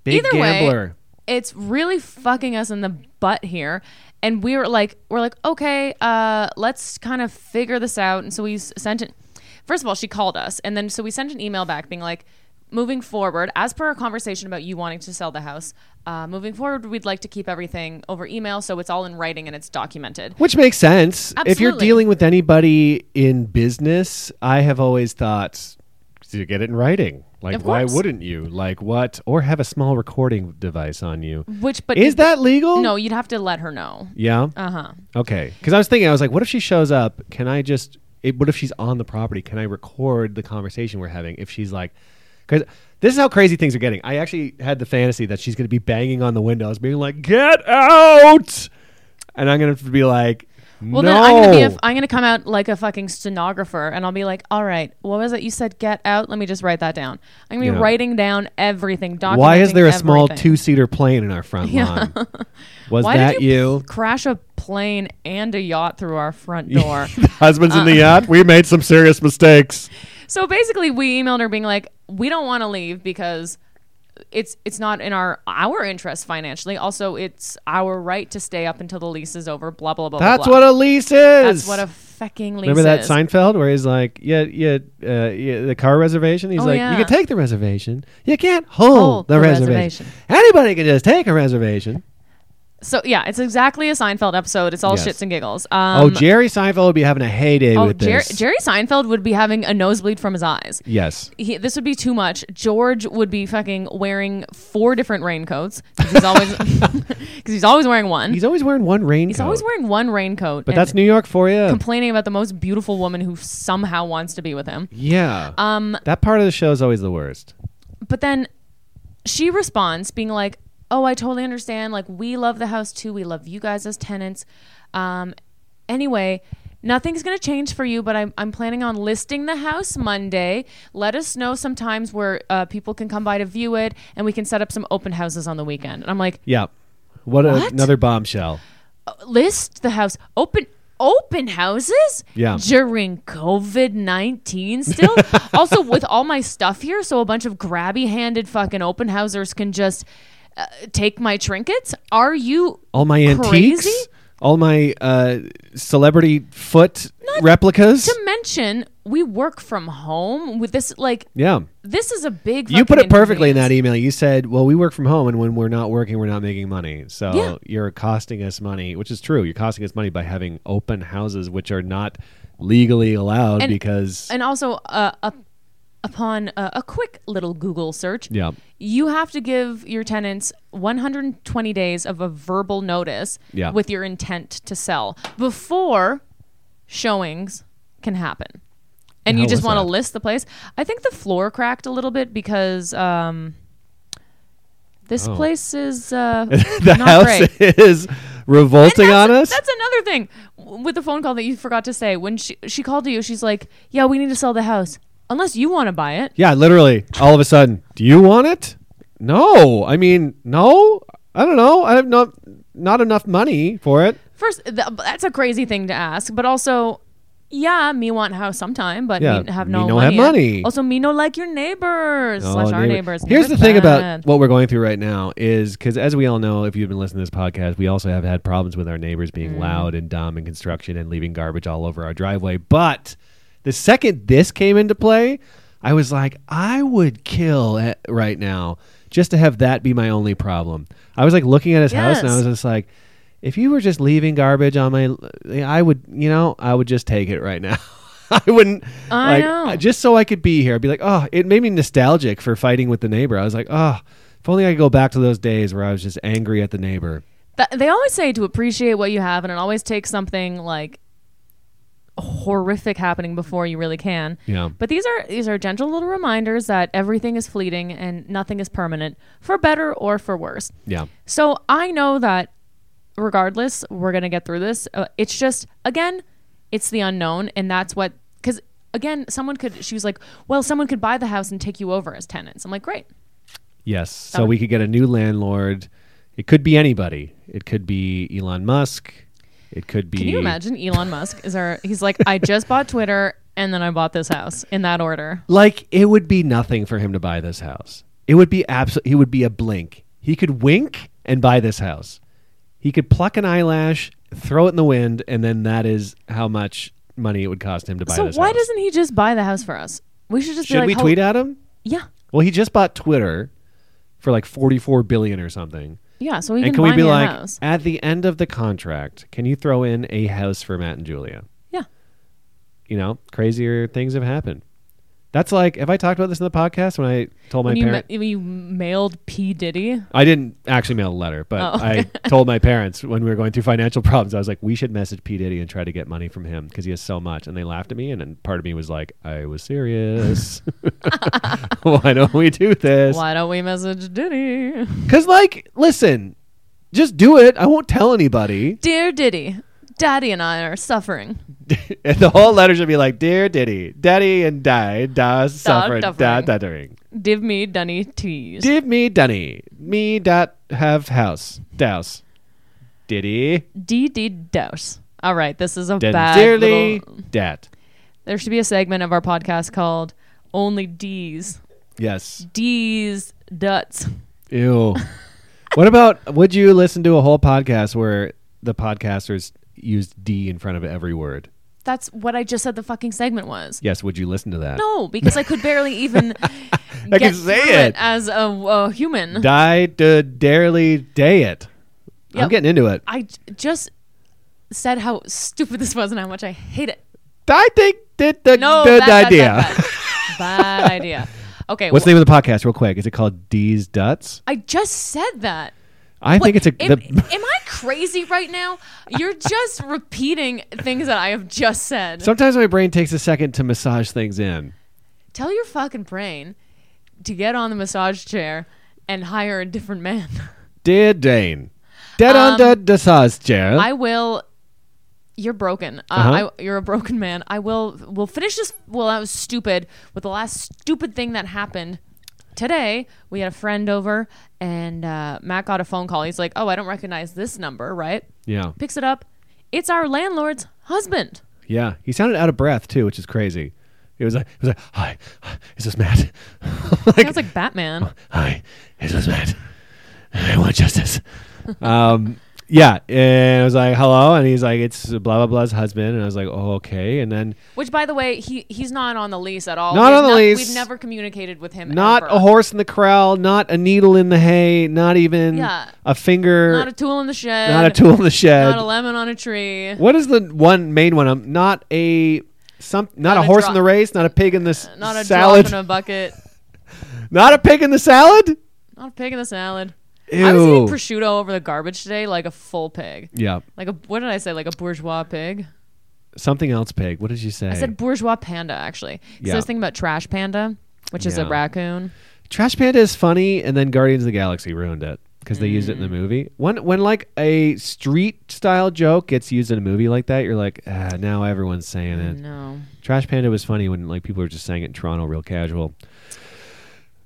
Speaker 2: big
Speaker 3: Either
Speaker 2: gambler.
Speaker 3: way, it's really fucking us in the butt here. And we were like, we're like, okay, uh, let's kind of figure this out. And so we s- sent it. First of all, she called us, and then so we sent an email back being like, moving forward, as per our conversation about you wanting to sell the house, uh, moving forward, we'd like to keep everything over email, so it's all in writing and it's documented.
Speaker 2: Which makes sense. If you're
Speaker 3: Absolutely.
Speaker 2: dealing with anybody in business, I have always thought to get it in writing. Like,
Speaker 3: Of
Speaker 2: why
Speaker 3: course.
Speaker 2: wouldn't you? Like, what? Or have a small recording device on you.
Speaker 3: Which, but
Speaker 2: Is that legal?
Speaker 3: no? You'd have to let her know.
Speaker 2: Yeah.
Speaker 3: Uh huh.
Speaker 2: Okay. Because I was thinking, I was like, what if she shows up? Can I just? It, what if she's on the property? Can I record the conversation we're having? If she's like, because this is how crazy things are getting. I actually had the fantasy that she's going to be banging on the windows, being like, "Get out!" And I'm going to be like,
Speaker 3: Well,
Speaker 2: "No."
Speaker 3: then I'm gonna be. A, I'm gonna come out like a fucking stenographer, and I'll be like, "All right, what was it you said? Get out. Let me just write that down. I'm gonna be
Speaker 2: Yeah.
Speaker 3: writing down everything. Documenting
Speaker 2: Why is there a small
Speaker 3: everything.
Speaker 2: two-seater plane in our front lawn? Was
Speaker 3: Why
Speaker 2: that
Speaker 3: did you,
Speaker 2: you?
Speaker 3: crash a plane and a yacht through our front door?
Speaker 2: Husbands in the
Speaker 3: Uh-uh.
Speaker 2: yacht. We made some serious mistakes.
Speaker 3: so basically, we emailed her being like, "We don't want to leave because." It's it's not in our our interest financially. Also, it's our right to stay up until the lease is over. Blah blah blah. blah,
Speaker 2: That's
Speaker 3: blah.
Speaker 2: what a lease is.
Speaker 3: That's what a fucking lease
Speaker 2: Remember that
Speaker 3: is.
Speaker 2: Seinfeld where he's like, yeah, yeah, uh, yeah the car reservation. He's
Speaker 3: Oh,
Speaker 2: like,
Speaker 3: yeah.
Speaker 2: you can take the reservation, you can't hold, the, reservation. Anybody can just take a reservation.
Speaker 3: So yeah, it's exactly a Seinfeld episode. It's all
Speaker 2: Yes.
Speaker 3: shits and giggles. Um,
Speaker 2: oh, Jerry Seinfeld would be having a heyday
Speaker 3: oh,
Speaker 2: with
Speaker 3: Jer-
Speaker 2: this.
Speaker 3: Jerry Seinfeld would be having a nosebleed from his eyes.
Speaker 2: yes,
Speaker 3: He, this would be too much. George would be fucking wearing four different raincoats because he's always because he's always wearing one. He's,
Speaker 2: he's always wearing one raincoat.
Speaker 3: always wearing one raincoat.
Speaker 2: but that's New York for you.
Speaker 3: complaining about the most beautiful woman who somehow wants to be with him.
Speaker 2: yeah,
Speaker 3: Um,
Speaker 2: that part of the show is always the worst.
Speaker 3: but then she responds being like oh i totally understand like we love the house too we love you guys as tenants um anyway nothing's going to change for you but I'm, I'm planning on listing the house monday let us know sometimes where uh, people can come by to view it and we can set up some open houses on the weekend and i'm like
Speaker 2: Yeah, what, a-
Speaker 3: What?
Speaker 2: another bombshell.
Speaker 3: list the house open open houses
Speaker 2: Yeah.
Speaker 3: during covid-19 still also with all my stuff here so a bunch of grabby handed fucking open housers can just uh, take my trinkets are you
Speaker 2: All my
Speaker 3: Crazy?
Speaker 2: antiques, all my uh, celebrity foot replicas.
Speaker 3: to mention we work from home with this like
Speaker 2: yeah.
Speaker 3: this is a big
Speaker 2: You put
Speaker 3: fucking
Speaker 2: it perfectly in that
Speaker 3: inconvenience.
Speaker 2: email. You said, "Well, we work from home, and when we're not working, we're not making money. So
Speaker 3: Yeah.
Speaker 2: you're costing us money, which is true. You're costing us money by having open houses, which are not legally allowed
Speaker 3: And-
Speaker 2: because
Speaker 3: and also uh, up, upon uh, a quick little google search
Speaker 2: yeah,
Speaker 3: you have to give your tenants 120 days of a verbal notice
Speaker 2: Yeah.
Speaker 3: with your intent to sell before showings can happen. And
Speaker 2: How
Speaker 3: you just
Speaker 2: was
Speaker 3: want to
Speaker 2: that?
Speaker 3: list the place. I think the floor cracked a little bit because um, this
Speaker 2: Oh.
Speaker 3: place is uh,
Speaker 2: the
Speaker 3: not
Speaker 2: house
Speaker 3: great.
Speaker 2: is revolting
Speaker 3: That's-
Speaker 2: on us.
Speaker 3: That's another thing w- with the phone call that you forgot to say. When she she called you, she's like, "Yeah, we need to sell the house unless you want to buy it."
Speaker 2: yeah, literally, all of a sudden, do you want it? No, I mean, no, I don't know. I have not not enough money for it.
Speaker 3: First, th- that's a crazy thing to ask, but also, Yeah, me want house sometime, but
Speaker 2: Yeah,
Speaker 3: me have
Speaker 2: me
Speaker 3: no
Speaker 2: no
Speaker 3: money.
Speaker 2: have money.
Speaker 3: Also, me no like your neighbors
Speaker 2: Oh,
Speaker 3: slash our
Speaker 2: neighbor-
Speaker 3: neighbors.
Speaker 2: Here's the
Speaker 3: Good
Speaker 2: thing
Speaker 3: bad.
Speaker 2: about what we're going through right now is because, as we all know, if you've been listening to this podcast, we also have had problems with our neighbors being
Speaker 3: Mm.
Speaker 2: loud and dumb in construction and leaving garbage all over our driveway. But the second this came into play, I was like, I would kill at, right now just to have that be my only problem. I was like looking at his house and I
Speaker 3: Yes.
Speaker 2: was just like, if you were just leaving garbage on my, I would, you know, I would just take it right now. I wouldn't.
Speaker 3: I
Speaker 2: like,
Speaker 3: know.
Speaker 2: Just so I could be here, I'd be like, oh, it made me nostalgic for fighting with the neighbor. I was like, oh, if only I could go back to those days where I was just angry at the neighbor.
Speaker 3: Th- they always say to appreciate what you have, and it always takes something like horrific happening before you really can.
Speaker 2: Yeah.
Speaker 3: But these are these are gentle little reminders that everything is fleeting and nothing is permanent, for better or for worse.
Speaker 2: Yeah.
Speaker 3: So I know that regardless, we're going to get through this. Uh, it's just, again, it's the unknown. And that's what, because again, someone could, she was like, well, someone could buy the house and take you over as tenants. I'm like, great.
Speaker 2: Yes. So we could get a new landlord. It could be anybody. It could be Elon Musk. It could be.
Speaker 3: Can you imagine Elon Musk is our, he's like, I just bought Twitter and then I bought this house in that order.
Speaker 2: Like it would be nothing for him to buy this house. It would be absolutely. He would be a blink. He could wink and buy this house. He could pluck an eyelash, throw it in the wind, and then that is how much money it would cost him to buy
Speaker 3: So
Speaker 2: this
Speaker 3: why
Speaker 2: house.
Speaker 3: doesn't he just buy the house for us? We should just
Speaker 2: Should
Speaker 3: be like,
Speaker 2: we
Speaker 3: "Hel-
Speaker 2: tweet at him?
Speaker 3: Yeah.
Speaker 2: Well, he just bought Twitter for like 44 billion or something.
Speaker 3: Yeah. So he
Speaker 2: and
Speaker 3: can,
Speaker 2: can
Speaker 3: buy
Speaker 2: we be
Speaker 3: me
Speaker 2: like
Speaker 3: a house.
Speaker 2: at the end of the contract, can you throw in a house for Matt and Julia?
Speaker 3: Yeah.
Speaker 2: You know, crazier things have happened. That's like have I talked about this in the podcast when I told my
Speaker 3: When you, ma-
Speaker 2: parents
Speaker 3: when you mailed P. Diddy.
Speaker 2: I didn't actually mail a letter, but
Speaker 3: Oh.
Speaker 2: I told my parents when we were going through financial problems, I was like, we should message P. Diddy and try to get money from him because he has so much. And they laughed at me, and, then part of me was like, I was serious. Why don't we do this?
Speaker 3: Why don't we message Diddy?
Speaker 2: Cause like, listen, just do it. I won't tell anybody.
Speaker 3: Dear Diddy, Daddy and I are suffering.
Speaker 2: and the whole letter should be like, dear Diddy, Daddy and die, da suffering, da
Speaker 3: suffering.
Speaker 2: duttering.
Speaker 3: Div me Dunny tease.
Speaker 2: Give me Dunny, me dot have house douse, Diddy,
Speaker 3: D D douse. All right, this is a bad.
Speaker 2: dearly
Speaker 3: little-
Speaker 2: dat.
Speaker 3: there should be a segment of our podcast called "Only D's
Speaker 2: Yes.
Speaker 3: D's Duts."
Speaker 2: Ew. what about? Would you listen to a whole podcast where the podcasters used D in front of every word?
Speaker 3: That's what I just said. The fucking segment was.
Speaker 2: Yes. Would you listen to that?
Speaker 3: No, because I could barely even
Speaker 2: I
Speaker 3: get
Speaker 2: can say
Speaker 3: through
Speaker 2: it.
Speaker 3: as a, a human.
Speaker 2: Die to dearly day it. I'm
Speaker 3: Yep.
Speaker 2: getting into it.
Speaker 3: I j- just said how stupid this was and how much I hate it.
Speaker 2: I think that the
Speaker 3: No,
Speaker 2: good
Speaker 3: bad, bad,
Speaker 2: idea.
Speaker 3: Bad, bad. Bad idea. Okay,
Speaker 2: What's
Speaker 3: wh-
Speaker 2: the name of the podcast, real quick? Is it called D's Duts?
Speaker 3: I just said that.
Speaker 2: I think it's a.
Speaker 3: am,
Speaker 2: the,
Speaker 3: am I crazy right now? You're just repeating things that I have just said.
Speaker 2: sometimes my brain takes a second to massage things in.
Speaker 3: Tell your fucking brain to get on the massage chair and hire a different man.
Speaker 2: Dear Dane, dead
Speaker 3: Um,
Speaker 2: on the massage chair.
Speaker 3: I will. You're broken. Uh,
Speaker 2: Uh-huh.
Speaker 3: I, you're a broken man. I will. We'll finish this. Well, that was stupid. With the last stupid thing that happened today, we had a friend over, and uh, Matt got a phone call. He's like, "Oh, I don't recognize this number, right?"
Speaker 2: yeah,
Speaker 3: Picks it up. It's our landlord's husband.
Speaker 2: yeah. He sounded out of breath too, which is crazy. It was like, it was like, hi, is this Matt? like,
Speaker 3: Sounds like Batman.
Speaker 2: hi, is this Matt? I want justice. um, yeah, and I was like, hello, and he's like, it's blah blah blah's husband, and I was like, oh okay, and then
Speaker 3: Which, by the way, he he's not on the lease at all.
Speaker 2: Not
Speaker 3: We've
Speaker 2: on the lease.
Speaker 3: We've never communicated with him.
Speaker 2: Not
Speaker 3: ever.
Speaker 2: a horse in the corral, not a needle in the hay, not even
Speaker 3: Yeah.
Speaker 2: a finger,
Speaker 3: Not a tool in the shed.
Speaker 2: not a tool in the shed.
Speaker 3: Not a lemon on a tree.
Speaker 2: what is the one main one? Um, not a some, not, a,
Speaker 3: a
Speaker 2: horse
Speaker 3: dro-
Speaker 2: in the race, not a pig in the s-
Speaker 3: Not a
Speaker 2: salad,
Speaker 3: drop in a bucket.
Speaker 2: not a pig in the salad.
Speaker 3: Not a pig in the salad. I was
Speaker 2: Ew.
Speaker 3: eating prosciutto over the garbage today, like a full pig.
Speaker 2: Yeah,
Speaker 3: Like a what did I say? Like a bourgeois pig.
Speaker 2: something else pig. What did you say?
Speaker 3: I said bourgeois panda actually. Because
Speaker 2: Yeah.
Speaker 3: I was thinking about trash panda, which is a
Speaker 2: Yeah.
Speaker 3: raccoon.
Speaker 2: Trash Panda is funny, and then Guardians of the Galaxy ruined it because they used it in the
Speaker 3: Mm.
Speaker 2: movie. When when like a street style joke gets used in a movie like that, you're like, ah, now everyone's saying it.
Speaker 3: No.
Speaker 2: Trash Panda was funny when like people were just saying it in Toronto real casual.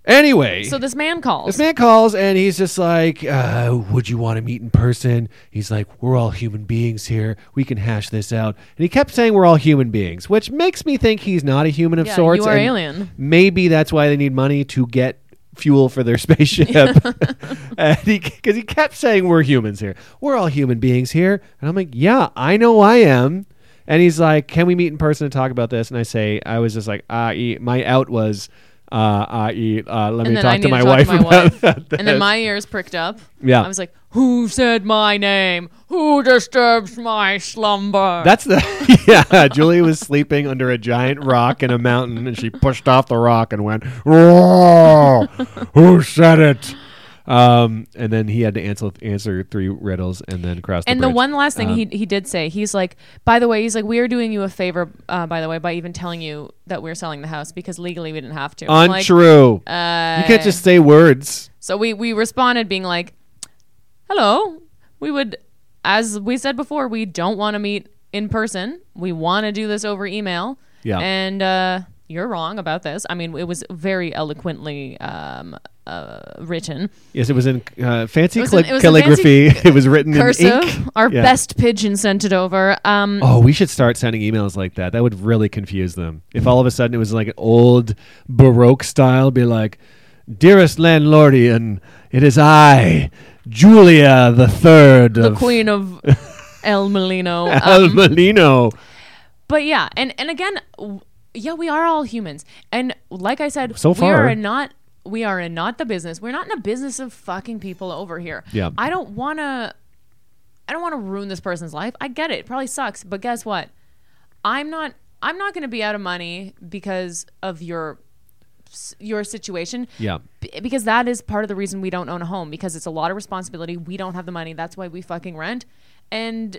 Speaker 2: Anyway,
Speaker 3: So this man calls.
Speaker 2: this man calls and he's just like, uh, "Would you want to meet in person?" He's like, "We're all human beings here. We can hash this out." And he kept saying, "We're all human beings," which makes me think he's not a human of
Speaker 3: Yeah,
Speaker 2: sorts.
Speaker 3: you are
Speaker 2: and
Speaker 3: alien.
Speaker 2: Maybe that's why they need money to get fuel for their spaceship. and he, because he kept saying, "We're humans here. We're all human beings here." And I'm like, "Yeah, I know I am." And he's like, "Can we meet in person and talk about this?" And I say, "I was just like, I eat." My out was. Uh, I eat. Uh, let me
Speaker 3: and then
Speaker 2: talk
Speaker 3: I need
Speaker 2: to my
Speaker 3: to
Speaker 2: wife
Speaker 3: talk to my
Speaker 2: about
Speaker 3: wife.
Speaker 2: that.
Speaker 3: and then my ears pricked up.
Speaker 2: Yeah.
Speaker 3: I was like, "Who said my name? Who disturbs my slumber?"
Speaker 2: That's the yeah. Julie was sleeping under a giant rock in a mountain, and she pushed off the rock and went, "Roar! "Who said it?" Um, and then he had to answer answer three riddles and then cross.
Speaker 3: and
Speaker 2: the,
Speaker 3: the
Speaker 2: bridge.
Speaker 3: one last thing
Speaker 2: Um,
Speaker 3: he he did say, he's like, "By the way, he's like, we are doing you a favor, uh, by the way, by even telling you that we're selling the house because legally we didn't have to." I'm like,
Speaker 2: untrue.
Speaker 3: uh,
Speaker 2: you can't just say words.
Speaker 3: So we we responded being like, "Hello, we would, as we said before, we don't want to meet in person. We want to do this over email."
Speaker 2: Yeah.
Speaker 3: And uh, you're wrong about this. I mean, it was very eloquently um, uh, written.
Speaker 2: Yes, it was in uh, fancy
Speaker 3: It was in-
Speaker 2: calli-
Speaker 3: it was in
Speaker 2: calligraphy. it was written in
Speaker 3: Cursive.
Speaker 2: ink.
Speaker 3: Our
Speaker 2: Yeah.
Speaker 3: best pigeon sent it over. Um,
Speaker 2: Oh, we should start sending emails like that. That would really confuse them. If all of a sudden it was like an old Baroque style, be like, Dearest landlordian, it is I, Julia the Third
Speaker 3: the
Speaker 2: of
Speaker 3: queen of El Molino.
Speaker 2: El
Speaker 3: Um,
Speaker 2: Molino.
Speaker 3: but yeah, and and again, w- yeah, we are all humans, and like I said,
Speaker 2: So
Speaker 3: we
Speaker 2: far.
Speaker 3: are not we are in not the business. We're not in the business of fucking people over here.
Speaker 2: Yeah.
Speaker 3: I don't want to. I don't want to ruin this person's life. I get it. It probably sucks, but guess what? I'm not. I'm not going to be out of money because of your s- your situation.
Speaker 2: Yeah.
Speaker 3: B- because that is part of the reason we don't own a home because it's a lot of responsibility. We don't have the money. That's why we fucking rent. And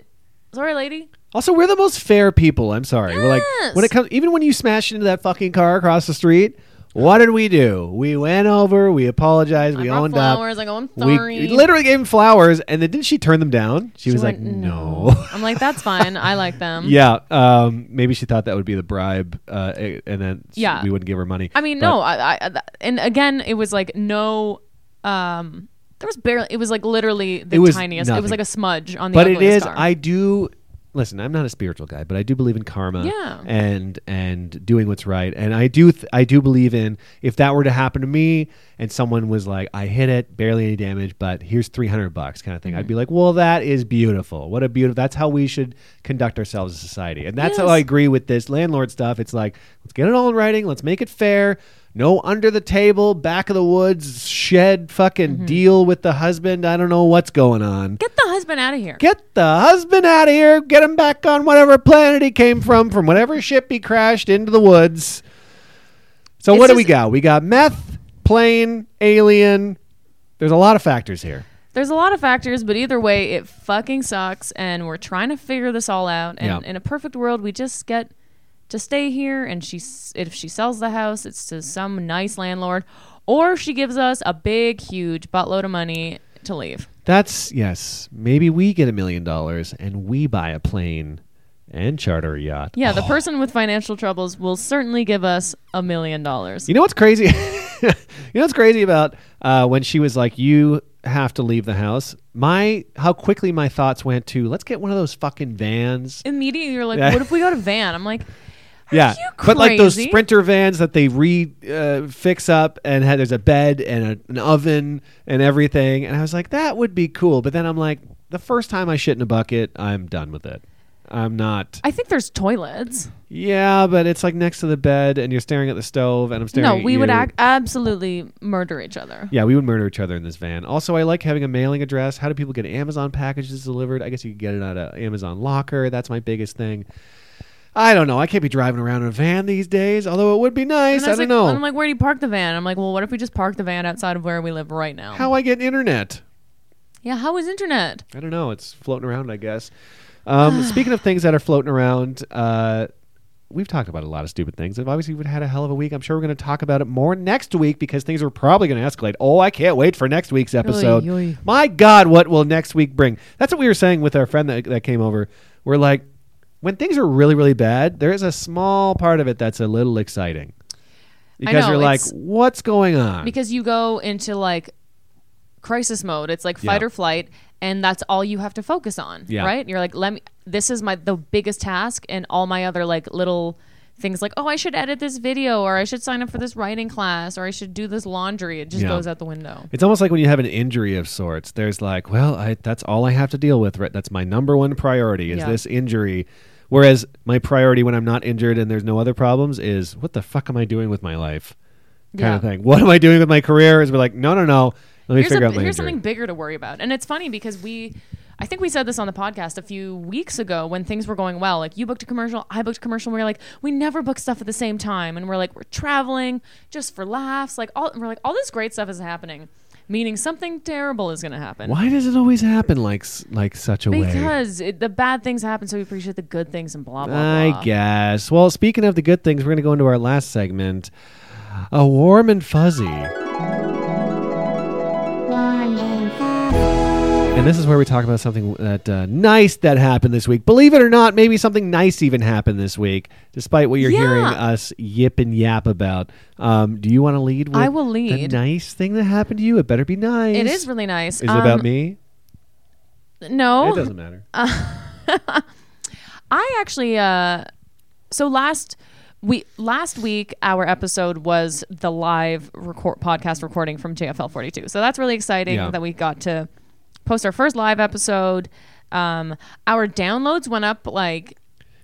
Speaker 3: sorry, lady,
Speaker 2: Also, we're the most fair people. I'm sorry. We're like
Speaker 3: Yes.
Speaker 2: when it comes, even when you smashed into that fucking car across the street. What did we do? We went over. We apologized. we
Speaker 3: brought
Speaker 2: owned
Speaker 3: flowers,
Speaker 2: up.
Speaker 3: I go, "I'm
Speaker 2: We-
Speaker 3: sorry."
Speaker 2: We literally gave him flowers, and then didn't she turn them down? She, was
Speaker 3: went,
Speaker 2: like, "No."
Speaker 3: I'm like, that's fine. I like them.
Speaker 2: Yeah, um, maybe she thought that would be the bribe, uh, a- and then she-
Speaker 3: Yeah.
Speaker 2: we wouldn't give her money.
Speaker 3: I mean,
Speaker 2: But-
Speaker 3: no. I, I, I th- and again, it was like no. Um, there was barely. It was like literally the
Speaker 2: It was
Speaker 3: tiniest. It
Speaker 2: nothing.
Speaker 3: was like a smudge on the.
Speaker 2: but it
Speaker 3: ugliest
Speaker 2: is.
Speaker 3: star.
Speaker 2: I do listen. I'm not a spiritual guy, but I do believe in karma.
Speaker 3: Yeah.
Speaker 2: and and doing what's right, and I do th- I do believe in if that were to happen to me, and someone was like, I hit it, barely any damage, but here's 300 bucks, kind of thing.
Speaker 3: Mm-hmm.
Speaker 2: I'd be like, well, that is beautiful. What a beautiful. That's how we should conduct ourselves as society, and that's how
Speaker 3: Yes.
Speaker 2: I agree with this landlord stuff. It's like let's get it all in writing. Let's make it fair. No under the table, back of the woods, shed, fucking
Speaker 3: Mm-hmm.
Speaker 2: deal with the husband. I don't know what's going on.
Speaker 3: get the husband out of here.
Speaker 2: Get the husband out of here. Get him back on whatever planet he came from, from whatever ship he crashed into the woods. So
Speaker 3: It's
Speaker 2: what do we
Speaker 3: just-
Speaker 2: got? We got meth, plane, alien. There's a lot of factors here.
Speaker 3: There's a lot of factors, but either way, it fucking sucks, and we're trying to figure this all out. And
Speaker 2: Yeah.
Speaker 3: in a perfect world, we just get to stay here, and she s- if she sells the house, it's to some nice landlord, or she gives us a big, huge buttload of money to leave.
Speaker 2: That's yes. Maybe we get a million dollars and we buy a plane and charter a yacht.
Speaker 3: Yeah, the person with financial troubles will certainly give us a million dollars.
Speaker 2: You know what's crazy? you know what's crazy about uh, when she was like, "You have to leave the house." My how quickly my thoughts went to, "Let's get one of those fucking vans."
Speaker 3: Immediately, you're like,
Speaker 2: Yeah.
Speaker 3: "What if we got a van?" I'm like,
Speaker 2: Yeah,
Speaker 3: you
Speaker 2: but like those
Speaker 3: crazy?
Speaker 2: sprinter vans that they re uh, fix up and had, there's a bed and a, an oven and everything. And I was like, that would be cool. But then I'm like, the first time I shit in a bucket, I'm done with it. I'm not.
Speaker 3: "I think there's toilets."
Speaker 2: Yeah, but it's like next to the bed, and you're staring at the stove, and I'm staring.
Speaker 3: No,
Speaker 2: at
Speaker 3: we would
Speaker 2: you.
Speaker 3: ac- absolutely murder each other.
Speaker 2: Yeah, we would murder each other in this van. Also, I like having a mailing address. How do people get Amazon packages delivered? I guess you could get it on an Amazon locker. That's my biggest thing. I don't know. I can't be driving around in a van these days, although it would be nice.
Speaker 3: And
Speaker 2: I,
Speaker 3: I was
Speaker 2: don't
Speaker 3: like,
Speaker 2: know.
Speaker 3: I'm like, "Where do you park the van?" I'm like, "Well, what if we just park the van outside of where we live right now?"
Speaker 2: How I get internet?
Speaker 3: yeah, how is internet?
Speaker 2: I don't know. It's floating around, I guess. Um, speaking of things that are floating around, uh, we've talked about a lot of stupid things. I've obviously we've had a hell of a week. I'm sure we're going to talk about it more next week because things are probably going to escalate. Oh, I can't wait for next week's episode.
Speaker 3: oy.
Speaker 2: My God, what will next week bring? That's what we were saying with our friend that, that came over. We're like, when things are really, really bad, there is a small part of it that's a little exciting. because
Speaker 3: know,
Speaker 2: you're like,
Speaker 3: it's-
Speaker 2: what's going on?
Speaker 3: because you go into like crisis mode it's like
Speaker 2: Yeah.
Speaker 3: fight or flight and that's all you have to focus on
Speaker 2: Yeah.
Speaker 3: right you're like let me this is my the biggest task and all my other like little things like oh i should edit this video or i should sign up for this writing class or i should do this laundry it just
Speaker 2: Yeah.
Speaker 3: goes out the window
Speaker 2: It's almost like when you have an injury of sorts. There's like, well, I, that's all I have to deal with. Right? That's my number one priority is
Speaker 3: Yeah.
Speaker 2: this injury. Whereas my priority when I'm not injured and there's no other problems is what the fuck am I doing with my life, kind
Speaker 3: Yeah.
Speaker 2: of thing. What am I doing with my career? Is we're like, no, no, no. Let me
Speaker 3: here's,
Speaker 2: figure
Speaker 3: a,
Speaker 2: out my
Speaker 3: here's
Speaker 2: injury.
Speaker 3: something bigger to worry about and it's funny because we i think we said this on the podcast a few weeks ago when things were going well like you booked a commercial i booked a commercial we were like we never book stuff at the same time and we're like we're traveling just for laughs like all and we're like all this great stuff is happening meaning something terrible is going to happen
Speaker 2: Why does it always happen like s- like such a way?
Speaker 3: because it, the bad things happen so we appreciate the good things and blah blah blah
Speaker 2: I guess. Well, speaking of the good things, we're going to go into our last segment. A warm and fuzzy. And this is where we talk about something that uh, nice that happened this week. Believe it or not, maybe something nice even happened this week, despite what you're
Speaker 3: Yeah.
Speaker 2: hearing us yip and yap about. Um, do you want to lead? With
Speaker 3: I will
Speaker 2: The
Speaker 3: lead.
Speaker 2: nice thing that happened to you. It better be nice.
Speaker 3: it is really Um, oh, nice
Speaker 2: Is it about me?
Speaker 3: no
Speaker 2: It doesn't matter.
Speaker 3: uh, I actually uh so last we last week our episode was the live record podcast recording from JFL 42. So that's really exciting
Speaker 2: Yeah.
Speaker 3: that we got to post our first live episode. Um our downloads went up like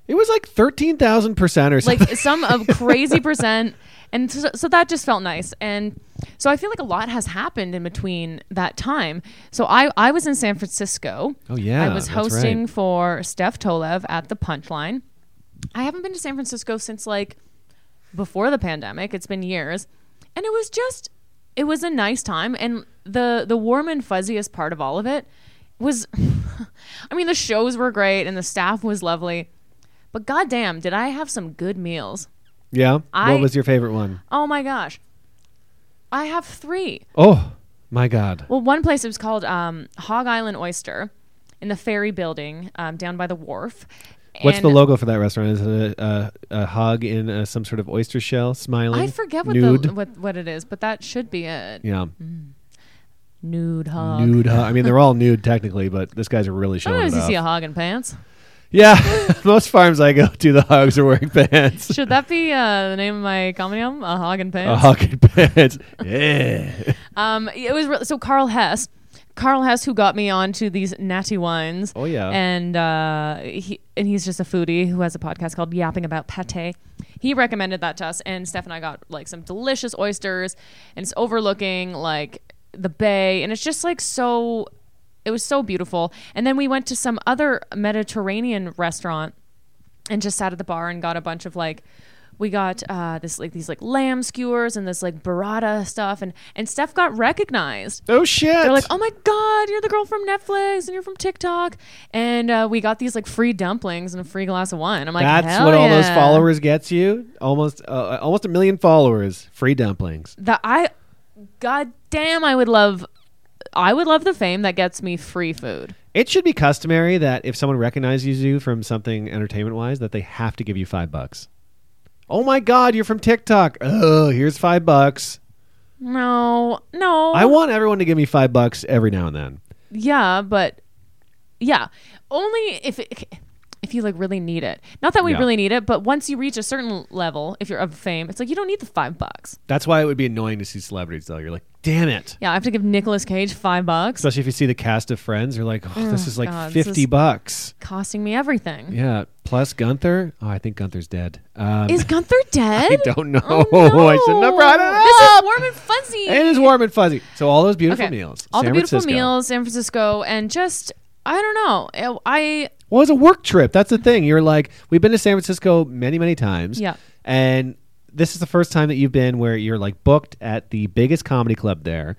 Speaker 2: it was like thirteen thousand percent or something.
Speaker 3: like some of crazy percent and so, so that just felt nice and so i feel like a lot has happened in between that time so i i was in san francisco
Speaker 2: Oh, yeah,
Speaker 3: i was
Speaker 2: that's right.
Speaker 3: hosting for steph tolev at the punchline i haven't been to san francisco since like before the pandemic it's been years and it was just it was a nice time and the the warm and fuzziest part of all of it was i mean the shows were great and the staff was lovely but goddamn, did I have some good meals?
Speaker 2: yeah.
Speaker 3: I-
Speaker 2: what was your favorite one?
Speaker 3: Oh my gosh. I have three.
Speaker 2: Oh my god.
Speaker 3: Well, one place it was called um, Hog Island Oyster in the ferry building um, down by the wharf.
Speaker 2: What's the
Speaker 3: And
Speaker 2: logo for that restaurant? Is it a, a, a hog in uh some sort of oyster shell, smiling?
Speaker 3: I forget what,
Speaker 2: nude.
Speaker 3: The, what what it is, but that should be it.
Speaker 2: yeah,
Speaker 3: Nude hog.
Speaker 2: nude. Hog. I mean, they're all nude technically, but this guy's really showing
Speaker 3: Sometimes
Speaker 2: it
Speaker 3: you
Speaker 2: off.
Speaker 3: see a hog in pants.
Speaker 2: Yeah, most farms I go to, the hogs are wearing pants.
Speaker 3: Should that be uh, the name of my comedy album? A hog in pants.
Speaker 2: A hog in pants. Yeah.
Speaker 3: Um, it was re- so Carl Hess, Carl Hess, who got me onto these natty wines.
Speaker 2: Oh, yeah.
Speaker 3: and uh, he and he's just a foodie who has a podcast called Yapping About Pate. He recommended that to us, and Steph and I got like some delicious oysters, and it's overlooking like the bay, and it's just like so. It was so beautiful, and then we went to some other Mediterranean restaurant and just sat at the bar and got a bunch of like we got uh, this like these like lamb skewers and this like burrata stuff and and Steph got recognized.
Speaker 2: Oh shit.
Speaker 3: They're like, oh my god, you're the girl from Netflix and you're from TikTok, and uh, we got these like free dumplings and a free glass of wine. I'm like,
Speaker 2: That's
Speaker 3: "Hell
Speaker 2: what all those
Speaker 3: yeah."
Speaker 2: followers gets you. Almost, uh, almost a million followers. Free dumplings.
Speaker 3: That I, god damn, I would love, I would love the fame that gets me free food.
Speaker 2: It should be customary that if someone recognizes you from something entertainment wise, that they have to give you five bucks. Oh my God, you're from TikTok. Oh, here's five bucks.
Speaker 3: No, no,
Speaker 2: I want everyone to give me five bucks every now and then.
Speaker 3: Yeah, but yeah, only if it, if you like really need it. Not that we
Speaker 2: Yeah.
Speaker 3: really need it, but once you reach a certain level, if you're of fame, it's like you don't need the five bucks.
Speaker 2: That's why it would be annoying to see celebrities, though. You're like, damn it.
Speaker 3: Yeah, I have to give Nicolas Cage five bucks,
Speaker 2: Especially if you see the cast of friends, you're like, oh, this is like
Speaker 3: God, this
Speaker 2: 50
Speaker 3: is-
Speaker 2: bucks.
Speaker 3: costing me everything.
Speaker 2: Yeah. Plus Gunther. Oh, I think Gunther's dead. Um,
Speaker 3: Is Gunther dead?
Speaker 2: I don't know.
Speaker 3: Oh, no.
Speaker 2: I shouldn't have brought it up.
Speaker 3: This is warm and fuzzy.
Speaker 2: It is warm and fuzzy. So, all those beautiful
Speaker 3: Okay.
Speaker 2: meals.
Speaker 3: All
Speaker 2: San
Speaker 3: the beautiful
Speaker 2: Francisco.
Speaker 3: meals, San Francisco, and just I don't know. It- I
Speaker 2: Well, it was a work trip. That's the thing. You're like, we've been to San Francisco many, many times.
Speaker 3: Yeah.
Speaker 2: And this is the first time that you've been where you're like booked at the biggest comedy club there.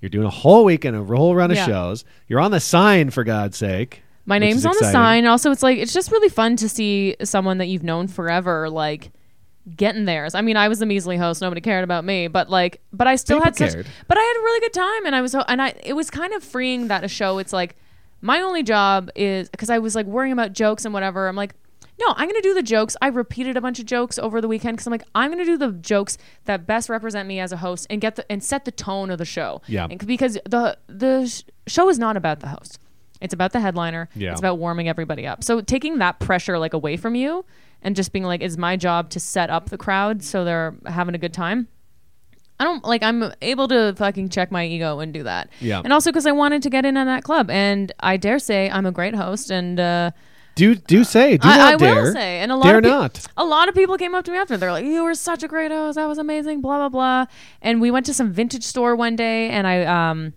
Speaker 2: You're doing a whole weekend, a whole run of
Speaker 3: Yeah.
Speaker 2: shows. You're on the sign, for God's sake.
Speaker 3: My
Speaker 2: which
Speaker 3: name's
Speaker 2: is
Speaker 3: on the
Speaker 2: exciting.
Speaker 3: sign. Also, it's like it's just really fun to see someone that you've known forever like getting theirs. I mean, I was the measly host; nobody cared about me, but like, but I still
Speaker 2: People
Speaker 3: had such.
Speaker 2: cared.
Speaker 3: But I had a really good time, and I was ho- and I it was kind of freeing that a show. It's like my only job is because I was like worrying about jokes and whatever. I'm like, no, I'm going to do the jokes. I repeated a bunch of jokes over the weekend because I'm like, I'm going to do the jokes that best represent me as a host and get the, and set the tone of the show.
Speaker 2: Yeah.
Speaker 3: And c- because the the sh- show is not about the host. It's about the headliner.
Speaker 2: Yeah.
Speaker 3: It's about warming everybody up. So taking that pressure like away from you and just being like, it's my job to set up the crowd so they're having a good time. I don't like I'm able to fucking check my ego and do that.
Speaker 2: Yeah.
Speaker 3: And also because I wanted to get in on that club, and I dare say I'm a great host, and uh,
Speaker 2: Do do say do
Speaker 3: I,
Speaker 2: not
Speaker 3: I
Speaker 2: dare.
Speaker 3: will say, and a lot
Speaker 2: dare
Speaker 3: of peo-
Speaker 2: not.
Speaker 3: a lot of people came up to me after. They're like, "You were such a great host. That was amazing." Blah blah blah. And we went to some vintage store one day, and I um,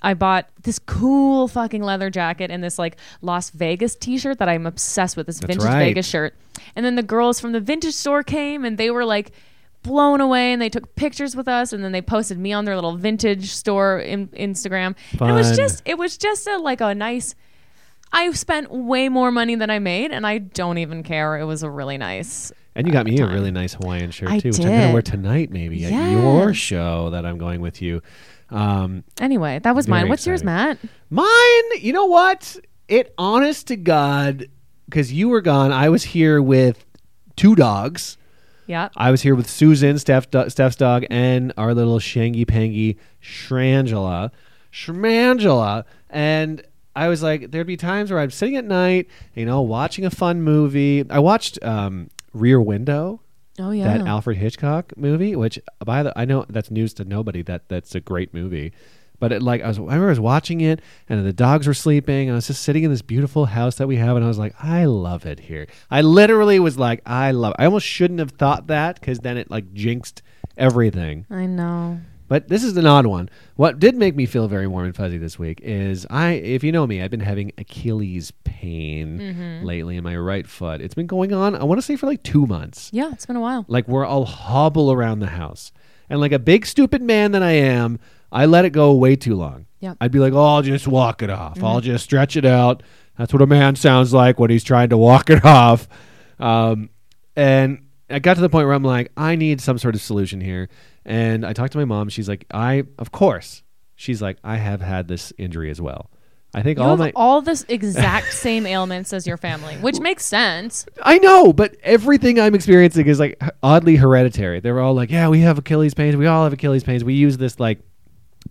Speaker 3: I bought this cool fucking leather jacket and this like Las Vegas T-shirt that I'm obsessed with. This vintage
Speaker 2: right.
Speaker 3: Vegas shirt. And then the girls from the vintage store came, and they were like blown away and they took pictures with us and then they posted me on their little vintage store in Instagram. And it
Speaker 2: Fun.
Speaker 3: was just it was just a like a nice I spent way more money than I made, and I don't even care. It was a really nice.
Speaker 2: And you got me a
Speaker 3: time.
Speaker 2: really nice Hawaiian shirt
Speaker 3: I
Speaker 2: too, which I'm gonna
Speaker 3: did.
Speaker 2: wear tonight maybe at your
Speaker 3: Yes.
Speaker 2: show that I'm going with you. Um,
Speaker 3: Anyway, that was
Speaker 2: Very
Speaker 3: mine. What's yours,
Speaker 2: exciting.
Speaker 3: Matt?
Speaker 2: Mine, you know what? It honest to God, because you were gone, I was here with two dogs.
Speaker 3: Yeah.
Speaker 2: I was here with Susan, Steph, do- Steph's dog, and our little shangy pangy Shrangela, Shrangela. And I was like, there'd be times where I'm sitting at night, you know, watching a fun movie. I watched um, Rear Window
Speaker 3: Oh yeah.
Speaker 2: that Alfred Hitchcock movie, which by the I know that's news to nobody that that's a great movie. But it, like I was, I remember I was watching it, and the dogs were sleeping, and I was just sitting in this beautiful house that we have, and I was like, I love it here. I literally was like, I love. I almost shouldn't have thought that because then it like jinxed everything.
Speaker 3: I know.
Speaker 2: But this is an odd one. What did make me feel very warm and fuzzy this week is I, if you know me, I've been having Achilles pain
Speaker 3: Mm-hmm.
Speaker 2: lately in my right foot. It's been going on. I want to say for like two months.
Speaker 3: Yeah, it's been a while.
Speaker 2: Like we're all hobble around the house. And like a big stupid man that I am, I let it go way too long.
Speaker 3: Yep. Mm-hmm.
Speaker 2: I'd be like, oh, I'll just walk it off. I'll just stretch it out. That's what a man sounds like when he's trying to walk it off. Um, and I got to the point where I'm like, I need some sort of solution here. And I talked to my mom. She's like, I, of course. She's like, I have had this injury as well. I think
Speaker 3: You
Speaker 2: all
Speaker 3: have
Speaker 2: my
Speaker 3: all this exact same ailments as your family, which makes sense.
Speaker 2: I know, but everything I'm experiencing is like oddly hereditary. They're all like, "Yeah, we have Achilles pains. We all have Achilles pains. We use this like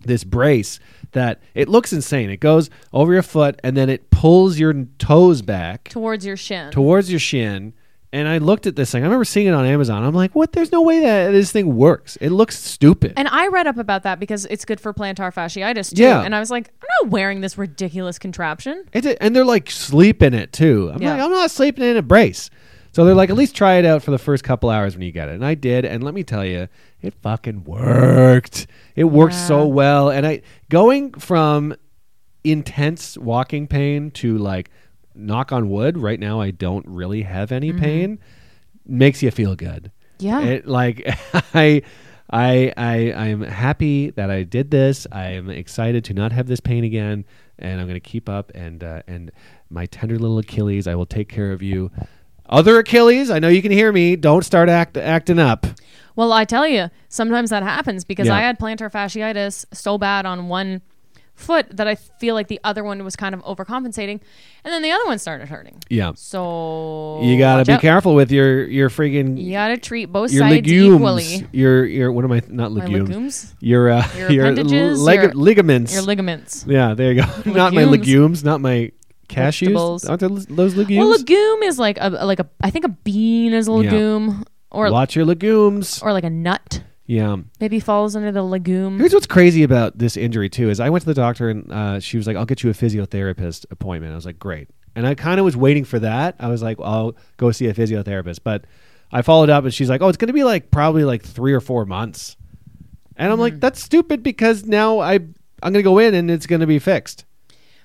Speaker 2: this brace that it looks insane. It goes over your foot and then it pulls your toes back
Speaker 3: Towards your shin.
Speaker 2: towards your shin." And I looked at this thing. I remember seeing it on Amazon. I'm like, "What? There's no way that this thing works. It looks stupid."
Speaker 3: and I read up about that because it's good for plantar fasciitis too.
Speaker 2: Yeah.
Speaker 3: And I was like, I'm not wearing this ridiculous contraption.
Speaker 2: It's a, and they're like sleep in it too. I'm
Speaker 3: Yeah.
Speaker 2: like, I'm not sleeping in a brace. So they're like, at least try it out for the first couple hours when you get it. And I did, and let me tell you, it fucking worked. It worked so well. And I going from intense walking pain to like knock on wood, right now I don't really have any pain, makes you feel good.
Speaker 3: Yeah.
Speaker 2: It like I I I I'm happy that I did this. I am excited to not have this pain again, and I'm going to keep up and uh, and my tender little Achilles. I will take care of you. Other Achilles, I know you can hear me. Don't start act, acting up.
Speaker 3: Well, I tell you, sometimes that happens because
Speaker 2: Yeah.
Speaker 3: I had plantar fasciitis so bad on one foot that I feel like the other one was kind of overcompensating, and then the other one started hurting.
Speaker 2: Yeah,
Speaker 3: So
Speaker 2: you gotta
Speaker 3: watch
Speaker 2: be
Speaker 3: out.
Speaker 2: careful with your your freaking
Speaker 3: You gotta treat both
Speaker 2: your
Speaker 3: sides
Speaker 2: legumes.
Speaker 3: equally.
Speaker 2: Your your what am I? Not
Speaker 3: My
Speaker 2: legumes.
Speaker 3: legumes,
Speaker 2: Your uh,
Speaker 3: Your appendages,
Speaker 2: lig-
Speaker 3: your-
Speaker 2: ligaments.
Speaker 3: your ligaments.
Speaker 2: yeah, there you go. not my
Speaker 3: Legumes.
Speaker 2: legumes. Not my cashews.
Speaker 3: Vegetables.
Speaker 2: Aren't there those legumes?
Speaker 3: Well, legume is like a like a I think a bean is a legume or
Speaker 2: Watch your legumes.
Speaker 3: or like a nut
Speaker 2: Yeah.
Speaker 3: maybe falls under the legume.
Speaker 2: Here's what's crazy about this injury too is I went to the doctor and uh, she was like, "I'll get you a physiotherapist appointment." I was like, "Great," and I kind of was waiting for that. I was like, "I'll go see a physiotherapist," but I followed up and she's like, "Oh, it's going to be like probably like three or four months," and I'm like,
Speaker 3: Mm-hmm.
Speaker 2: "That's stupid because now I I'm going to go in and it's going to be fixed."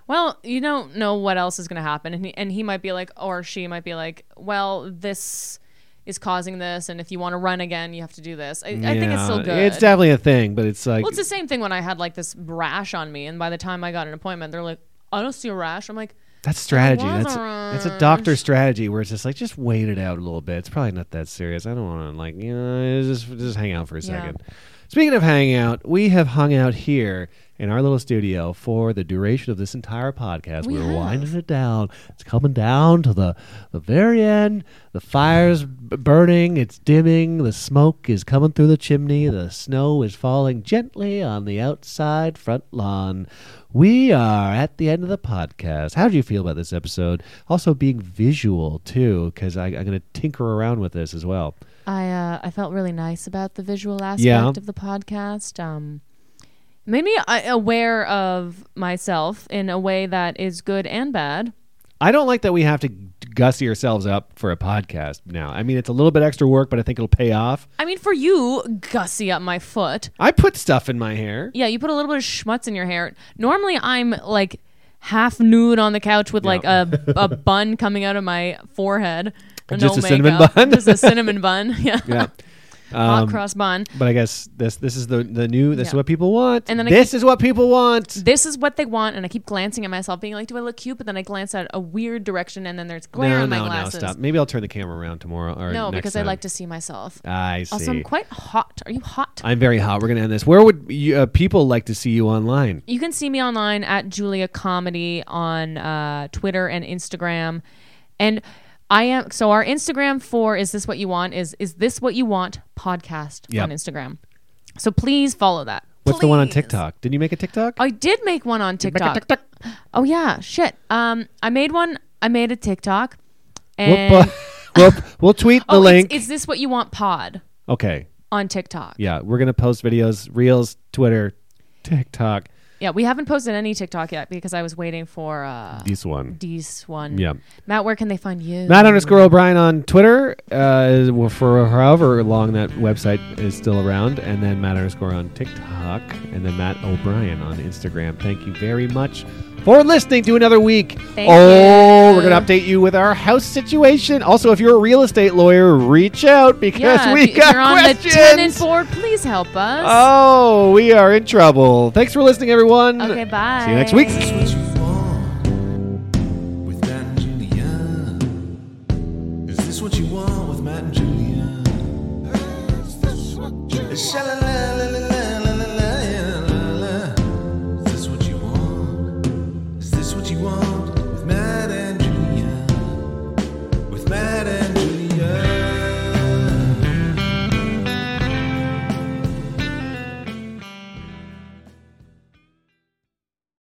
Speaker 3: Well, you don't know what else is going to happen, and he, and he might be like, or she might be like, well, this is causing this, and if you want to run again, you have to do this. I, I think it's still
Speaker 2: Yeah,
Speaker 3: good.
Speaker 2: It's definitely a thing, but it's like
Speaker 3: well, it's the same thing when I had like this rash on me, and by the time I got an appointment, they're like, I don't see a rash. I'm like,
Speaker 2: That's strategy.
Speaker 3: was
Speaker 2: That's
Speaker 3: a
Speaker 2: that's a doctor strategy where it's just like just wait it out a little bit. It's probably not that serious. I don't want to like you know just just hang out for a
Speaker 3: Yeah.
Speaker 2: second. Speaking of hanging out, we have hung out here in our little studio for the duration of this entire podcast.
Speaker 3: We
Speaker 2: We are
Speaker 3: have.
Speaker 2: winding it down. It's coming down to the, the very end. The fire's b- burning. It's dimming. The smoke is coming through the chimney. The snow is falling gently on the outside front lawn. We are at the end of the podcast. How do you feel about this episode? Also, being visual, too, because I'm going to tinker around with this as well.
Speaker 3: I uh, I felt really nice about the visual aspect
Speaker 2: Yeah.
Speaker 3: of the podcast. Um, made me uh, aware of myself in a way that is good and bad.
Speaker 2: I don't like that we have to gussy ourselves up for a podcast now. I mean, it's a little bit extra work, but I think it'll pay off.
Speaker 3: I mean, for you, gussy up my foot.
Speaker 2: I put stuff in my hair.
Speaker 3: Yeah, you put a little bit of schmutz in your hair. Normally, I'm like half nude on the couch with like a, a bun coming out of my forehead. and
Speaker 2: Just
Speaker 3: no
Speaker 2: a cinnamon
Speaker 3: makeup.
Speaker 2: bun?
Speaker 3: Just a cinnamon bun. Yeah.
Speaker 2: Yeah. um,
Speaker 3: Hot cross bun.
Speaker 2: But I guess this this is the the new. This is
Speaker 3: Yeah.
Speaker 2: what people want.
Speaker 3: And then I
Speaker 2: this is what people want.
Speaker 3: This is what they want, and I keep glancing at myself, being like, "Do I look cute?" But then I glance at a weird direction, and then there's glare
Speaker 2: No,
Speaker 3: in my
Speaker 2: no, no.
Speaker 3: glasses.
Speaker 2: Stop. Maybe I'll turn the camera around tomorrow or
Speaker 3: No,
Speaker 2: next
Speaker 3: because I
Speaker 2: time.
Speaker 3: like to see myself.
Speaker 2: I see.
Speaker 3: Also, I'm quite hot. Are you hot?
Speaker 2: I'm very hot. We're gonna end this. Where would you, uh, people like to see you online?
Speaker 3: you can see me online at Julia Comedy on uh, Twitter and Instagram, and I am so our Instagram for is this what you want is is this what you want podcast
Speaker 2: Yep.
Speaker 3: on Instagram. So please follow that.
Speaker 2: What's the one on
Speaker 3: Please. Oh,
Speaker 2: TikTok? Did you make a TikTok?
Speaker 3: I did make one on TikTok. Oh yeah, shit. Um, I made one. I made a TikTok, and
Speaker 2: We'll, pu- we'll, we'll tweet the
Speaker 3: oh, it's-
Speaker 2: link.
Speaker 3: It's, this what you want pod
Speaker 2: okay.
Speaker 3: on TikTok?
Speaker 2: Yeah, we're gonna post videos, reels, Twitter, TikTok.
Speaker 3: Yeah, we haven't posted any TikTok yet because I was waiting for uh,
Speaker 2: This one.
Speaker 3: these one.
Speaker 2: Yeah.
Speaker 3: Matt, where can they find you?
Speaker 2: Matt underscore O'Brien on Twitter uh, well, for however long that website is still around, and then Matt underscore on TikTok, and then Matt O'Brien on Instagram. Thank you very much for listening to another week.
Speaker 3: Thank
Speaker 2: oh,
Speaker 3: you.
Speaker 2: we're gonna update you with our house situation. Also, if you're a real estate lawyer, reach out because
Speaker 3: yeah,
Speaker 2: we
Speaker 3: if, you- if
Speaker 2: got
Speaker 3: you're on
Speaker 2: questions.
Speaker 3: the tenant board, please help us.
Speaker 2: oh, we are in trouble. Thanks for listening, everyone.
Speaker 3: okay, bye.
Speaker 2: See you next week.
Speaker 1: What you want with Matt and Julia? Is this what you want with Matt and Julia? Is this what you want?